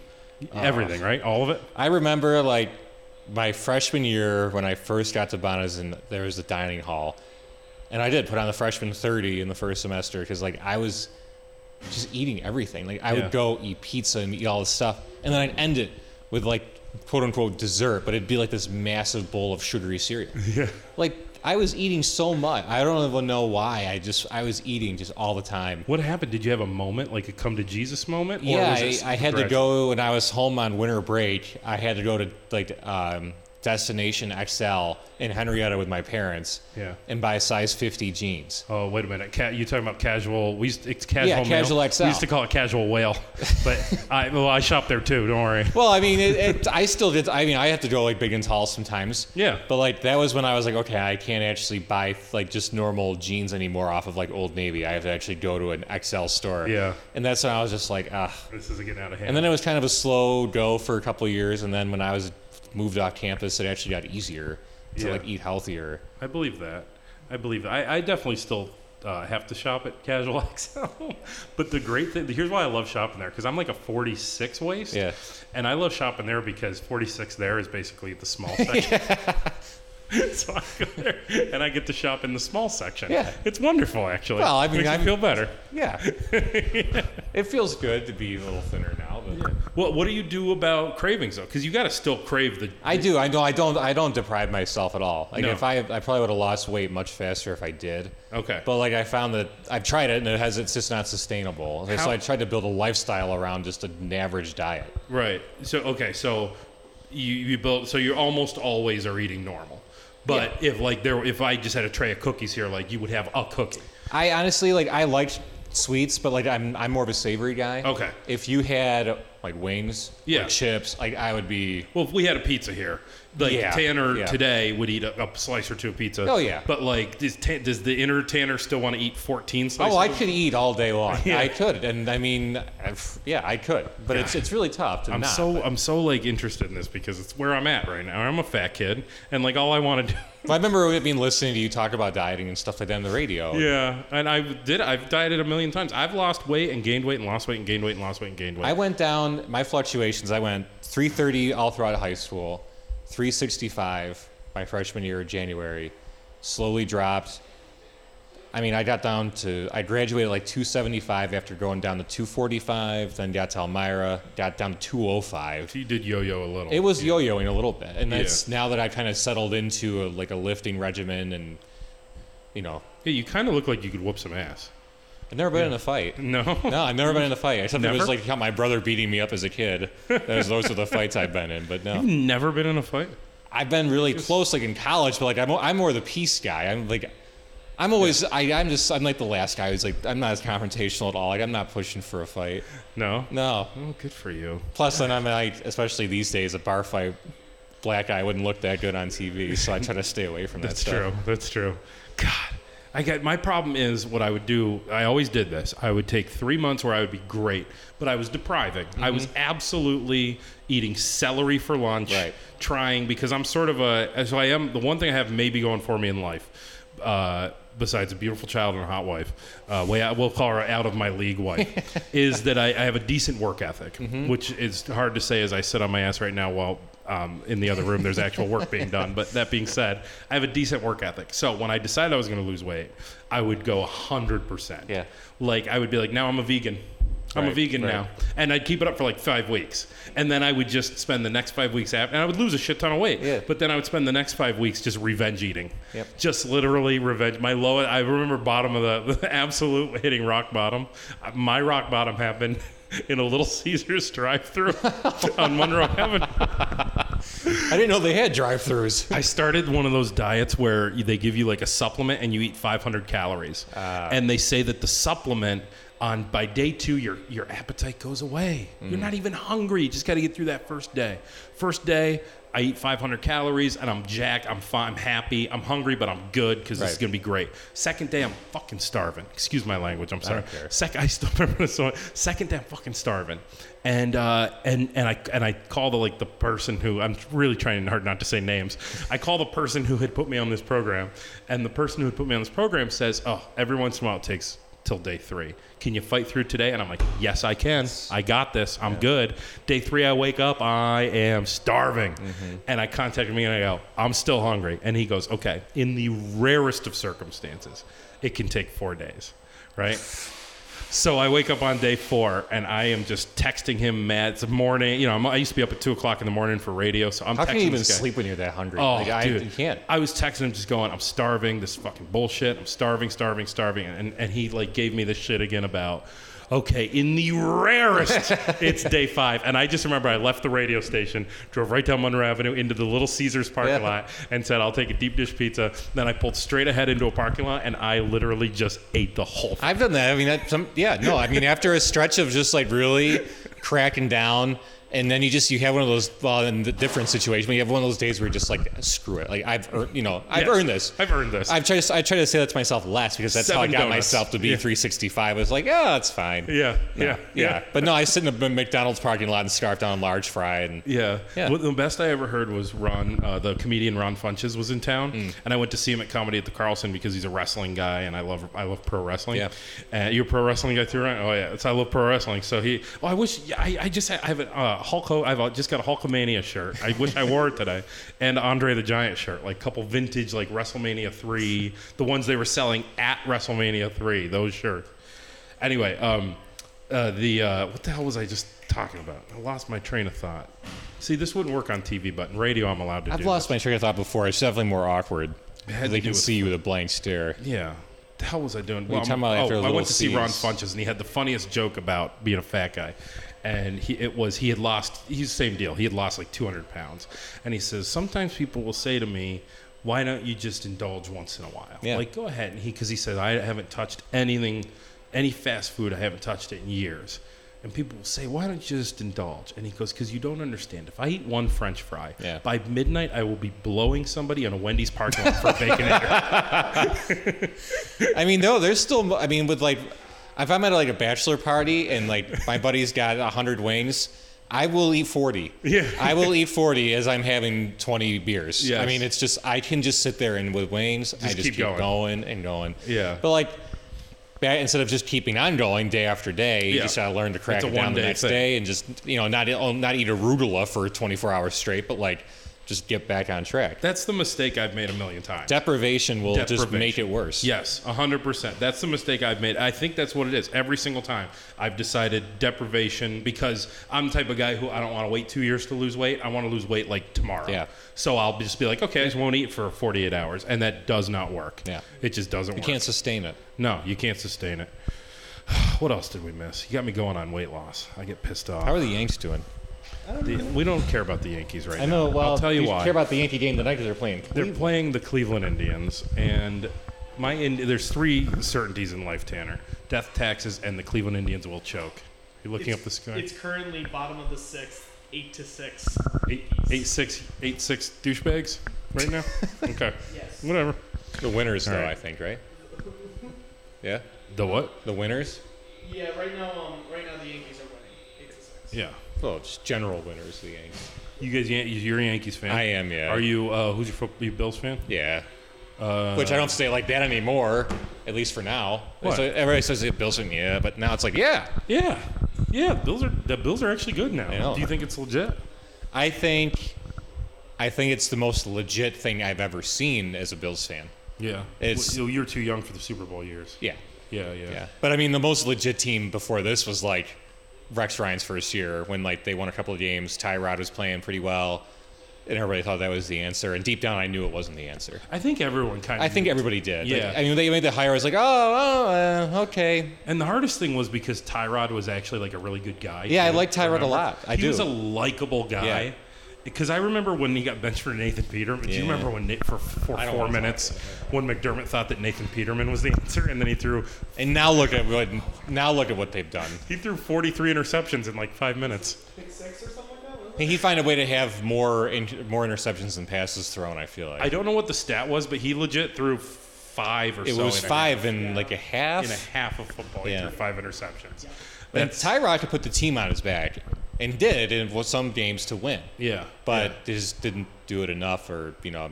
Everything, right? All of it. I remember like my freshman year when I first got to Bonas, and there was a dining hall, and I did put on the freshman thirty in the first semester because like I was just eating everything. Like I Yeah. would go eat pizza and eat all this stuff, and then I'd end it with like quote unquote dessert, but it'd be like this massive bowl of sugary cereal. Yeah. like I was eating so much. I don't even know why. I just I was eating just all the time. What happened? Did you have a moment, like a come to Jesus moment? yeah, was it I, s- I had to depression? go when I was home on winter break. I had to go to like um, Destination XL in Henrietta with my parents. Yeah. And buy size 50 jeans. Oh wait a minute! Ca- you talking about casual? We used it's casual. Yeah, mail. casual XL. We used to call it casual whale, but I well I shop there too. Don't worry. Well, I mean, it, it, I still did. I mean, I have to go like Biggins Hall sometimes. Yeah. But like that was when I was like, okay, I can't actually buy like just normal jeans anymore off of like Old Navy. I have to actually go to an XL store. Yeah. And that's when I was just like, ah, This is getting out of hand. And then it was kind of a slow go for a couple of years, and then when I was moved off campus, it actually got easier to Yeah. like eat healthier. I believe that. I believe that. I, I definitely still uh, have to shop at Casual XL. but the great thing, here's why I love shopping there because I'm like a 46 waist. Yeah. And I love shopping there because 46 there is basically the small section. so I go there and I get to shop in the small section. Yeah. It's wonderful, actually. Well, I mean, Makes me I'm- feel better. Yeah, it feels good to be a little thinner now. But Well, what do you do about cravings, though? Because you got to still crave the. I do. I know. I don't. I don't deprive myself at all. Like No. Oh. if I, I probably would have lost weight much faster if I did. Okay. But like I found that I've tried it and it has. It's just not sustainable. How- So I tried to build a lifestyle around just an average diet. Right. So okay. So you you built. So you almost always are eating normal. But if like there, if I just had a tray of cookies here, like you would have a cookie. I honestly like I liked sweets, but like I'm I'm more of a savory guy. Okay. If you had like wings, Yeah. or chips, like I would be. Well, if we had a pizza here, like Yeah, Tanner yeah. today would eat a, a slice or two of pizza. Oh, yeah. But like, does ta- does the inner Tanner still want to eat fourteen slices? Oh, I could eat all day long. Yeah. I could, and I mean, I've- yeah, I could, but it's it's really tough to I'm not. so I'm so like interested in this because it's where I'm at right now. I'm a fat kid, and like all I want to do. But I remember I mean listening to you talk about dieting and stuff like that on the radio. Yeah, and I did. I've dieted a million times. I've lost weight and gained weight and lost weight and gained weight and lost weight and gained weight. I went down my fluctuations. I went 330 all throughout high school, 365 my freshman year, January. Slowly dropped. I mean, I got down to I graduated like 275 after going down to 245, then got to Elmira, got down to 205. you did yo-yo a little. It was yo-yoing a little bit, and Yeah. that's now that I kind of settled into a, like a lifting regimen, and you know, Yeah, you kind of look like you could whoop some ass. I've never been in a fight. No. No, I've never been in a fight. Except it Never? was like how my brother beating me up as a kid. That was, those are the fights I've been in. But no, Never been in a fight? I've been really close, like in college. But like I'm, I'm more the peace guy. I'm like, I'm always, I, I'm just, I'm like the last guy who's like, I'm not as confrontational at all. Like I'm not pushing for a fight. No. No. Oh, good for you. Plus, then I'm like, especially these days, a bar fight, black guy wouldn't look that good on TV. So I try to stay away from that. That's stuff. true. That's true. God. I got my problem is what I would do. I always did this. I would take three months where I would be great, but I was depriving. Mm-hmm. I was absolutely eating celery for lunch, Right. trying because I'm sort of a. So I am the one thing I have maybe going for me in life, uh, besides a beautiful child and a hot wife. Uh, way out, we'll call her out of my league wife is that I, I have a decent work ethic, which is hard to say as I sit on my ass right now while um, in the other room there's actual work being done. But that being said, I have a decent work ethic. So when I decided I was going to lose weight, I would go hundred percent. Yeah. like I would be like, now I'm a vegan. I'm a Right, vegan right. now and I'd keep it up for like five weeks, and then I would just spend the next five weeks after, and I would lose a shit ton of weight. Yeah. But then I would spend the next five weeks just revenge eating. Yep. Just literally revenge. My low. I remember bottom of the, the absolute hitting rock bottom. Uh, My rock bottom happened in a Little Caesars drive-through on Monroe Avenue. I didn't know they had drive-throughs. I started one of those diets where they give you like a supplement and you eat 500 calories, and they say that the supplement on by day two your your appetite goes away. You're not even hungry. You just got to get through that first day. First day, I eat 500 calories and I'm jacked. I'm fine. I'm happy. I'm hungry, but I'm good because this is Right. gonna be great. Second day, I'm fucking starving. Excuse my language. I'm sorry. don't care. Second, I still remember this one. Second day, I'm fucking starving, and uh, and and I and I call the like the person who I'm really trying hard not to say names. I call the person who had put me on this program, and the person who had put me on this program says, "Oh, every once in a while it takes." Till day three, can you fight through today? And I'm like, yes, I can. I got this. I'm good. Day three, I wake up. I am starving, and I contacted me and I go, I'm still hungry. And he goes, okay. In the rarest of circumstances, it can take four days, right? So I wake up on day four and I am just texting him mad. It's morning. You know, I'm, I used to be up at two o'clock in the morning for radio, so I'm How texting can you even this guy. sleep when you're that hungry? Oh, Like, I, dude, you can't. I was texting him, just going, "I'm starving. This is fucking bullshit. I'm starving, starving, starving." And and he like gave me this shit again about, okay, in the rarest, it's day five. And I just remember I left the radio station, drove right down Monroe Avenue into the Little Caesars parking Yeah. lot, and said, "I'll take a deep dish pizza." Then I pulled straight ahead into a parking lot, and I literally just ate the whole. thing. I've done that. I mean, that, some, yeah, no. I mean, after a stretch of just like really cracking down, and then you just you have one of those well, in the different situation, but you have one of those days where you're just like, screw it. Like I've earned, you know, I've Yes, earned this. I've earned this. I've tried. To, I try to say that to myself less because that's how I Seven got donuts. myself to be Yeah. 365. I was like, yeah, that's fine. yeah, yeah, yeah. But no, I sit in the McDonald's parking lot and scarf down a large fry and Yeah. Yeah. Well, the best I ever heard was Ron, uh, the comedian Ron Funches was in town, Mm. and I went to see him at comedy at the Carlson because he's a wrestling guy, and I love I love pro wrestling. Yeah. Uh, you're a pro wrestling guy too, right? Oh yeah, so I love pro wrestling. So he, oh, I wish yeah, I, I just I have a uh, Hulk. I've uh, just got a Hulkamania shirt. I wish I wore it today, and Andre the Giant shirt, like couple vintage like WrestleMania three, the ones they were selling at WrestleMania three, those shirts. Anyway, um, uh, the uh, what the hell was I just talking about? I lost my train of thought. See, this wouldn't work on TV, but in radio, I'm allowed to I've do. lost my train of thought before. It's definitely more awkward. had They to do can with see you with a blank stare. this. Yeah. The hell was I doing? Well, talking I'm- about after oh, I Little went to see Ron C's. Funches, and he had the funniest joke about being a fat guy. And he, it was he had lost. He's the same deal. He had lost like 200 pounds, and he says sometimes people will say to me, "Why don't you just indulge once in a while? Yeah. Like go ahead." And he because he says I haven't touched anything, any fast food. I haven't touched it in years. And people will say, "Why don't you just indulge?" And he goes, "Because you don't understand. If I eat one French fry, Yeah. by midnight I will be blowing somebody in a Wendy's parking lot for baconator." I mean, no, there's still. I mean, with like, if I'm at like a bachelor party and like my buddy's got hundred wings, I will eat forty. Yeah. I will eat forty as I'm having twenty beers. Yes. I mean, it's just I can just sit there and with wings, I just keep keep, going. going. and going. Yeah. But like. ba- Instead of just keeping on going day after day, Yeah. you just gotta learn to crack It's a it down the one-day next thing. day and just you know not oh, not eat arugula for 24 hours straight, but like just get back on track. That's the mistake I've made a million times. Deprivation will just Deprivation. make it worse. Yes, 100%. That's the mistake I've made. I think that's what it is. Every single time I've decided deprivation because I'm the type of guy who I don't want to wait two years to lose weight. I want to lose weight like tomorrow. Yeah. So I'll just be like, okay, I just won't eat for 48 hours. And that does not work. Yeah. It just doesn't you work. can't sustain it. no, you can't sustain it. What else did we miss? You got me going on weight loss. I get pissed off. How are the Yanks doing? The- we don't care about the Yankees right I now. know. Well, I'll tell you we why. Care about the Yankee game tonight because they're playing. They're playing the Cleveland Indians, and my ind- there's three certainties in life, Tanner: death, taxes, and the Cleveland Indians will choke. You're looking It's- up the sky. It's currently bottom of the sixth, eight to six. Eight, eight six, eight six douchebags right now. Okay, Yes. whatever. The winners, though, Alright. I think, right? Yeah, The what? the winners. Yeah, right now, um, right now the Yankees are winning eight to six. Yeah, Well, just general winners, the Yanks. you guys, Yan- you're a Yankees fan. I am, yeah. Are you? Uh, who's your football? You Bills fan? Yeah. Which I don't say like that anymore. At least for now. What? So everybody says it Bills and yeah, but now it's like yeah. Yeah, yeah. Bills are the Bills are actually good I now. know. Do you think it's legit? I think, I think it's the most legit thing I've ever seen as a Bills fan. Yeah, It's- Well, you're too young for the Super Bowl years. Yeah. Yeah, yeah, Yeah. But I mean, the most legit team before this was like Rex Ryan's first year when like they won a couple of games. Tyrod was playing pretty well, and everybody thought that was the answer. And deep down, I knew it wasn't the answer. I think everyone kind of. I think everybody did. Like, Yeah. I mean, they made the hire. I was like, oh, oh uh, okay. And the hardest thing was because Tyrod was actually like a really good guy. Yeah, I too, like Tyrod a remember? lot. I he was a do. likable Yeah. guy. Because I remember when he got benched for Nathan Peterman. Do you Yeah. remember when Nate, for, for I don't four wanna talk minutes when McDermott thought that Nathan Peterman was the answer, and then he threw And now look at what now look at what they've done. he threw forty three interceptions in like five minutes. Pick six or something like that. Wasn't He'd find a way to have more in, more interceptions than passes thrown. I feel like I don't know what the stat was, but he legit threw five or it so. was in a five and like a half, half. in a half of football. Yeah. He threw five interceptions. and That's Tyrod could put the team on his back and did in what- some games to win. yeah, but they just didn't do it enough or you know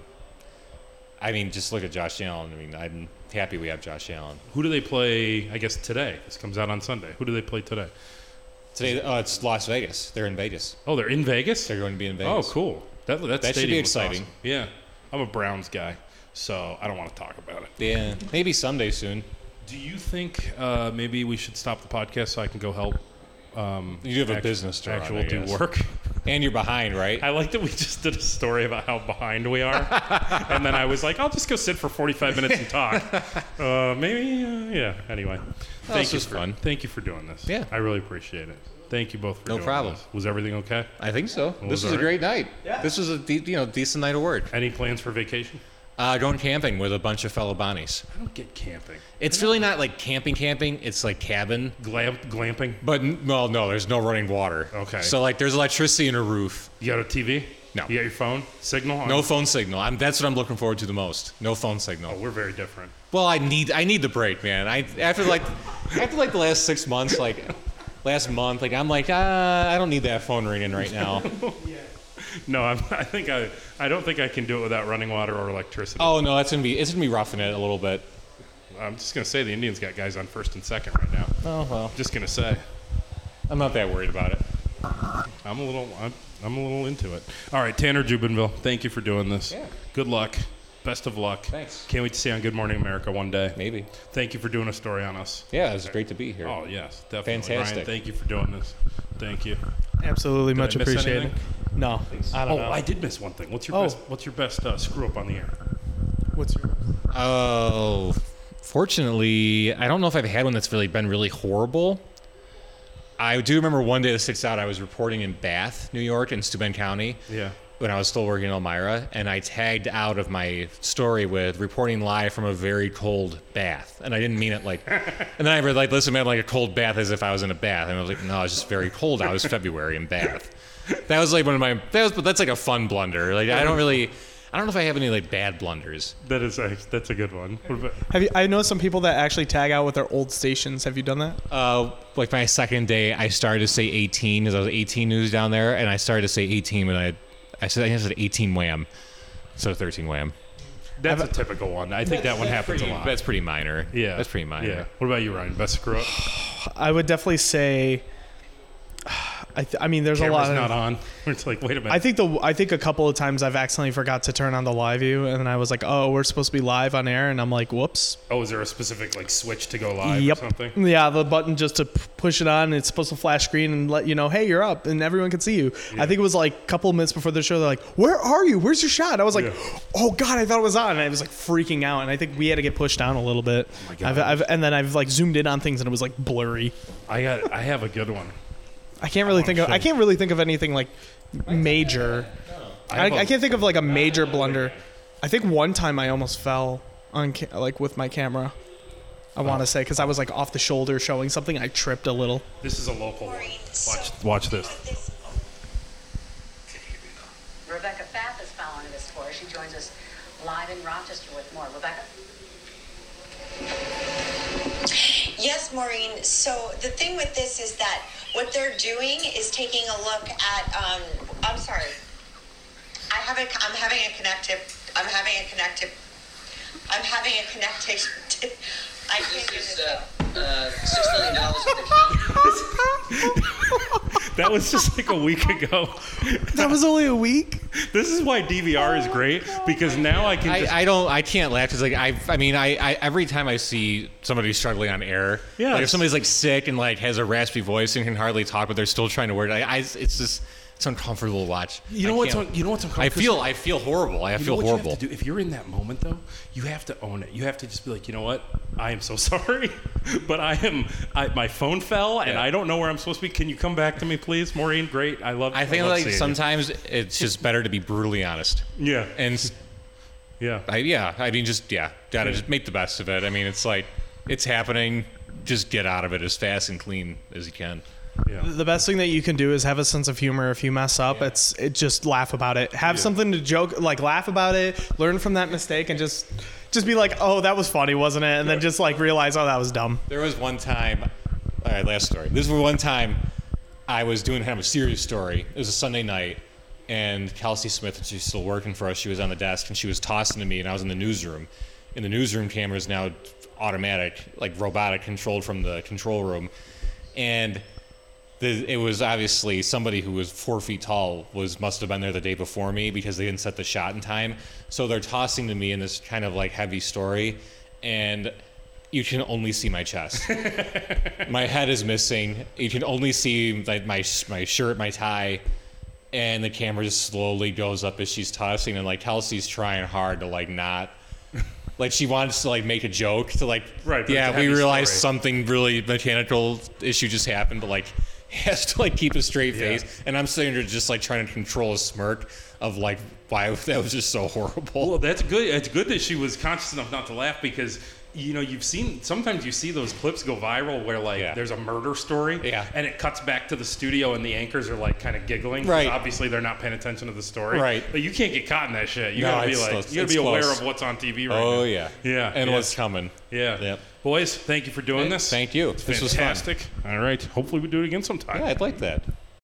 i mean just look at josh allen i mean i'm happy we have josh allen who do they play? I guess today. This comes out on Sunday. Who do they play today? today oh it's las vegas they're in vegas Oh, they're in Vegas. they're going to be in Oh, vegas cool. That that, That should be stadium looks exciting. awesome. Yeah, I'm a Browns guy, so I don't want to talk about it. yeah maybe someday soon Do you think uh, maybe we should stop the podcast so I can go help? Um, You do have a act- business to run, actual I do guess. work. and you're behind right I like that we just did a story about how behind we are, and then I was like, I'll just go sit for 45 minutes and talk. Uh, maybe, uh, yeah. Anyway, thank this you was for fun. thank you for doing this. Yeah. I really appreciate it. Thank you both for No doing problem. this. Was everything okay? i think so was this was all a right. great night Yeah. this was a de- you know decent night of work Any plans for vacation? uh, going camping with a bunch of fellow bonnies I don't get camping. it's really not like camping camping it's like cabin Glam- glamping. but n- no no there's no running water Okay. so like there's electricity and a roof You got a TV? No. You got your phone? Signal? no phone signal I'm, that's what i'm looking forward to the most no phone signal Oh, we're very different. Well, I need I need the break, man. I after like after like the last six months, like last month, like I'm like uh, I don't need that phone ringing right now. No, I'm, I think I. I don't think I can do it without running water or electricity. Oh no, that's gonna be it's gonna be roughing it a little bit. I'm just gonna say the Indians got guys on first and second right now. Oh well, Just gonna say. I'm not that worried about it. I'm a little I'm, I'm a little into it. All right, Tanner Jubinville, thank you for doing this. Yeah. Good luck. Best of luck. Thanks. Can't wait to see you on Good Morning America one day. Maybe. Thank you for doing a story on us. Yeah, it's great to be here. Oh yes, definitely. Fantastic. Ryan, thank you for doing this. Thank you. Absolutely, much I miss appreciated. anything? No, I don't oh, know. I did miss one thing. What's your Uh, Oh. best? What's your best uh, screw up on the air? What's your? Oh, fortunately, I don't know if I've had one that's really been really horrible. I do remember one day that sticks out. I was reporting in Bath, New York, in Steuben County. Yeah. when I was still working in Elmira, and I tagged out of my story with reporting live from a very cold bath, and I didn't mean it like. and then I read like, listen, man, like a cold bath as if I was in a bath, and I was like, no, it's just very cold. out. It was February in Bath. That was like one of my. That was, but that's like a fun blunder. Like I don't really. I don't know if I have any like bad blunders. That is a, that's a good one. What about, Have you? I know some people that actually tag out with their old stations. Have you done that? Uh, like my second day, I started to say 18 because I was 18 news down there, and I started to say 18 when I, I said I said 18 wham, so 13 wham. that's a typical one. I think that one happens a lot. That's pretty minor. yeah. that's pretty minor. Yeah. What about you, Ryan? Best screw up? I would definitely say. I, th- I mean, there's a Camera's lot. not Of, on. It's like, wait a minute. I think the I think a couple of times I've accidentally forgot to turn on the live view, and then I was like, "Oh, we're supposed to be live on air," and I'm like, "Whoops." oh, is there a specific like switch to go live yep. or something? Yeah, the button just to p- push it on. and It's supposed to flash screen and let you know, "Hey, you're up," and everyone can see you. I think it was like a couple of minutes before the show. They're like, "Where are you? Where's your shot?" I was like, Yeah. "Oh God, I thought it was on." And I was like freaking out, and I think we had to get pushed down a little bit. Oh my God. I've, I've, and then I've like zoomed in on things, and it was like blurry. I got. I have a good one. I can't really think of. I shit. can't really think of anything like major. I, have a- I can't think of like a major blunder. I think one time I almost fell on ca- like with my camera. I want to say because I was like off the shoulder showing something. I tripped a little. This is a local one. Watch. Watch this. Rebecca Fath is following this for us. She joins us live in Rochester with more. Rebecca? Yes, Maureen. So the thing with this is that what they're doing is taking a look at. Um, I'm sorry. I have a. I'm having a connective. I'm having a connective. I'm having a connective. I can't do This this. is uh, uh, six million dollars with the county. That was just like a week ago. That was only a week. This is why DVR is great because now I can just. I, I don't. I can't laugh because like I. I mean, I, I. Every time I see somebody struggling on air, Yes. like if somebody's like sick and like has a raspy voice and can hardly talk, but they're still trying to word. I, I. It's just. It's uncomfortable to watch. you know I what's can't- un, you know what's I uncomfortable. feel. I feel horrible. I You know feel what you have horrible. to do? If you're in that moment though, you have to own it. You have to just be like, you know what? I am so sorry, but I am. I, my phone fell and Yeah. I don't know where I'm supposed to be. Can you come back to me, please, Maureen? Great. I love. I think love like seeing you. sometimes it's just better to be brutally honest. Yeah. And s- yeah. I, yeah, I mean, just yeah, gotta Yeah. just make the best of it. I mean, it's like it's happening. Just get out of it as fast and clean as you can. Yeah. The best thing that you can do is have a sense of humor. If you mess up, it's it just laugh about it. Have something to joke, like laugh about it. Learn from that mistake and just just be like, oh, that was funny, wasn't it? And then just like realize, oh, that was dumb. There was one time. All right, last story. This was one time I was doing kind of a serious story. It was a Sunday night, and Kelsey Smith, she's still working for us. She was on the desk and she was tossing to me, and I was in the newsroom. And the newsroom camera is now automatic, like robotic, controlled from the control room. And the, it was obviously somebody who was four feet tall was must have been there the day before me because they didn't set the shot in time. So they're tossing to me in this kind of like heavy story, and you can only see my chest. my head is missing. You can only see like my my shirt, my tie, and the camera just slowly goes up as she's tossing, and like Kelsey's trying hard to like not. Like she wants to like make a joke to like Right, but it's yeah a we heavy realized story. something really mechanical issue just happened but like has to like keep a straight Yeah. face and I'm sitting there just like trying to control a smirk of like why that was just so horrible Well, that's good. It's good that she was conscious enough not to laugh because you know you've seen sometimes you see those clips go viral where like Yeah. there's a murder story Yeah. and it cuts back to the studio and the anchors are like kind of giggling 'cause Right. obviously they're not paying attention to the story Right. but you can't get caught in that shit you No, gotta be it's like close. you gotta It's be aware close. of what's on TV right now oh yeah yeah and yeah. what's coming yeah Yep. boys thank you for doing this thank you It's this was fun fantastic all right hopefully we do it again sometime yeah I'd like that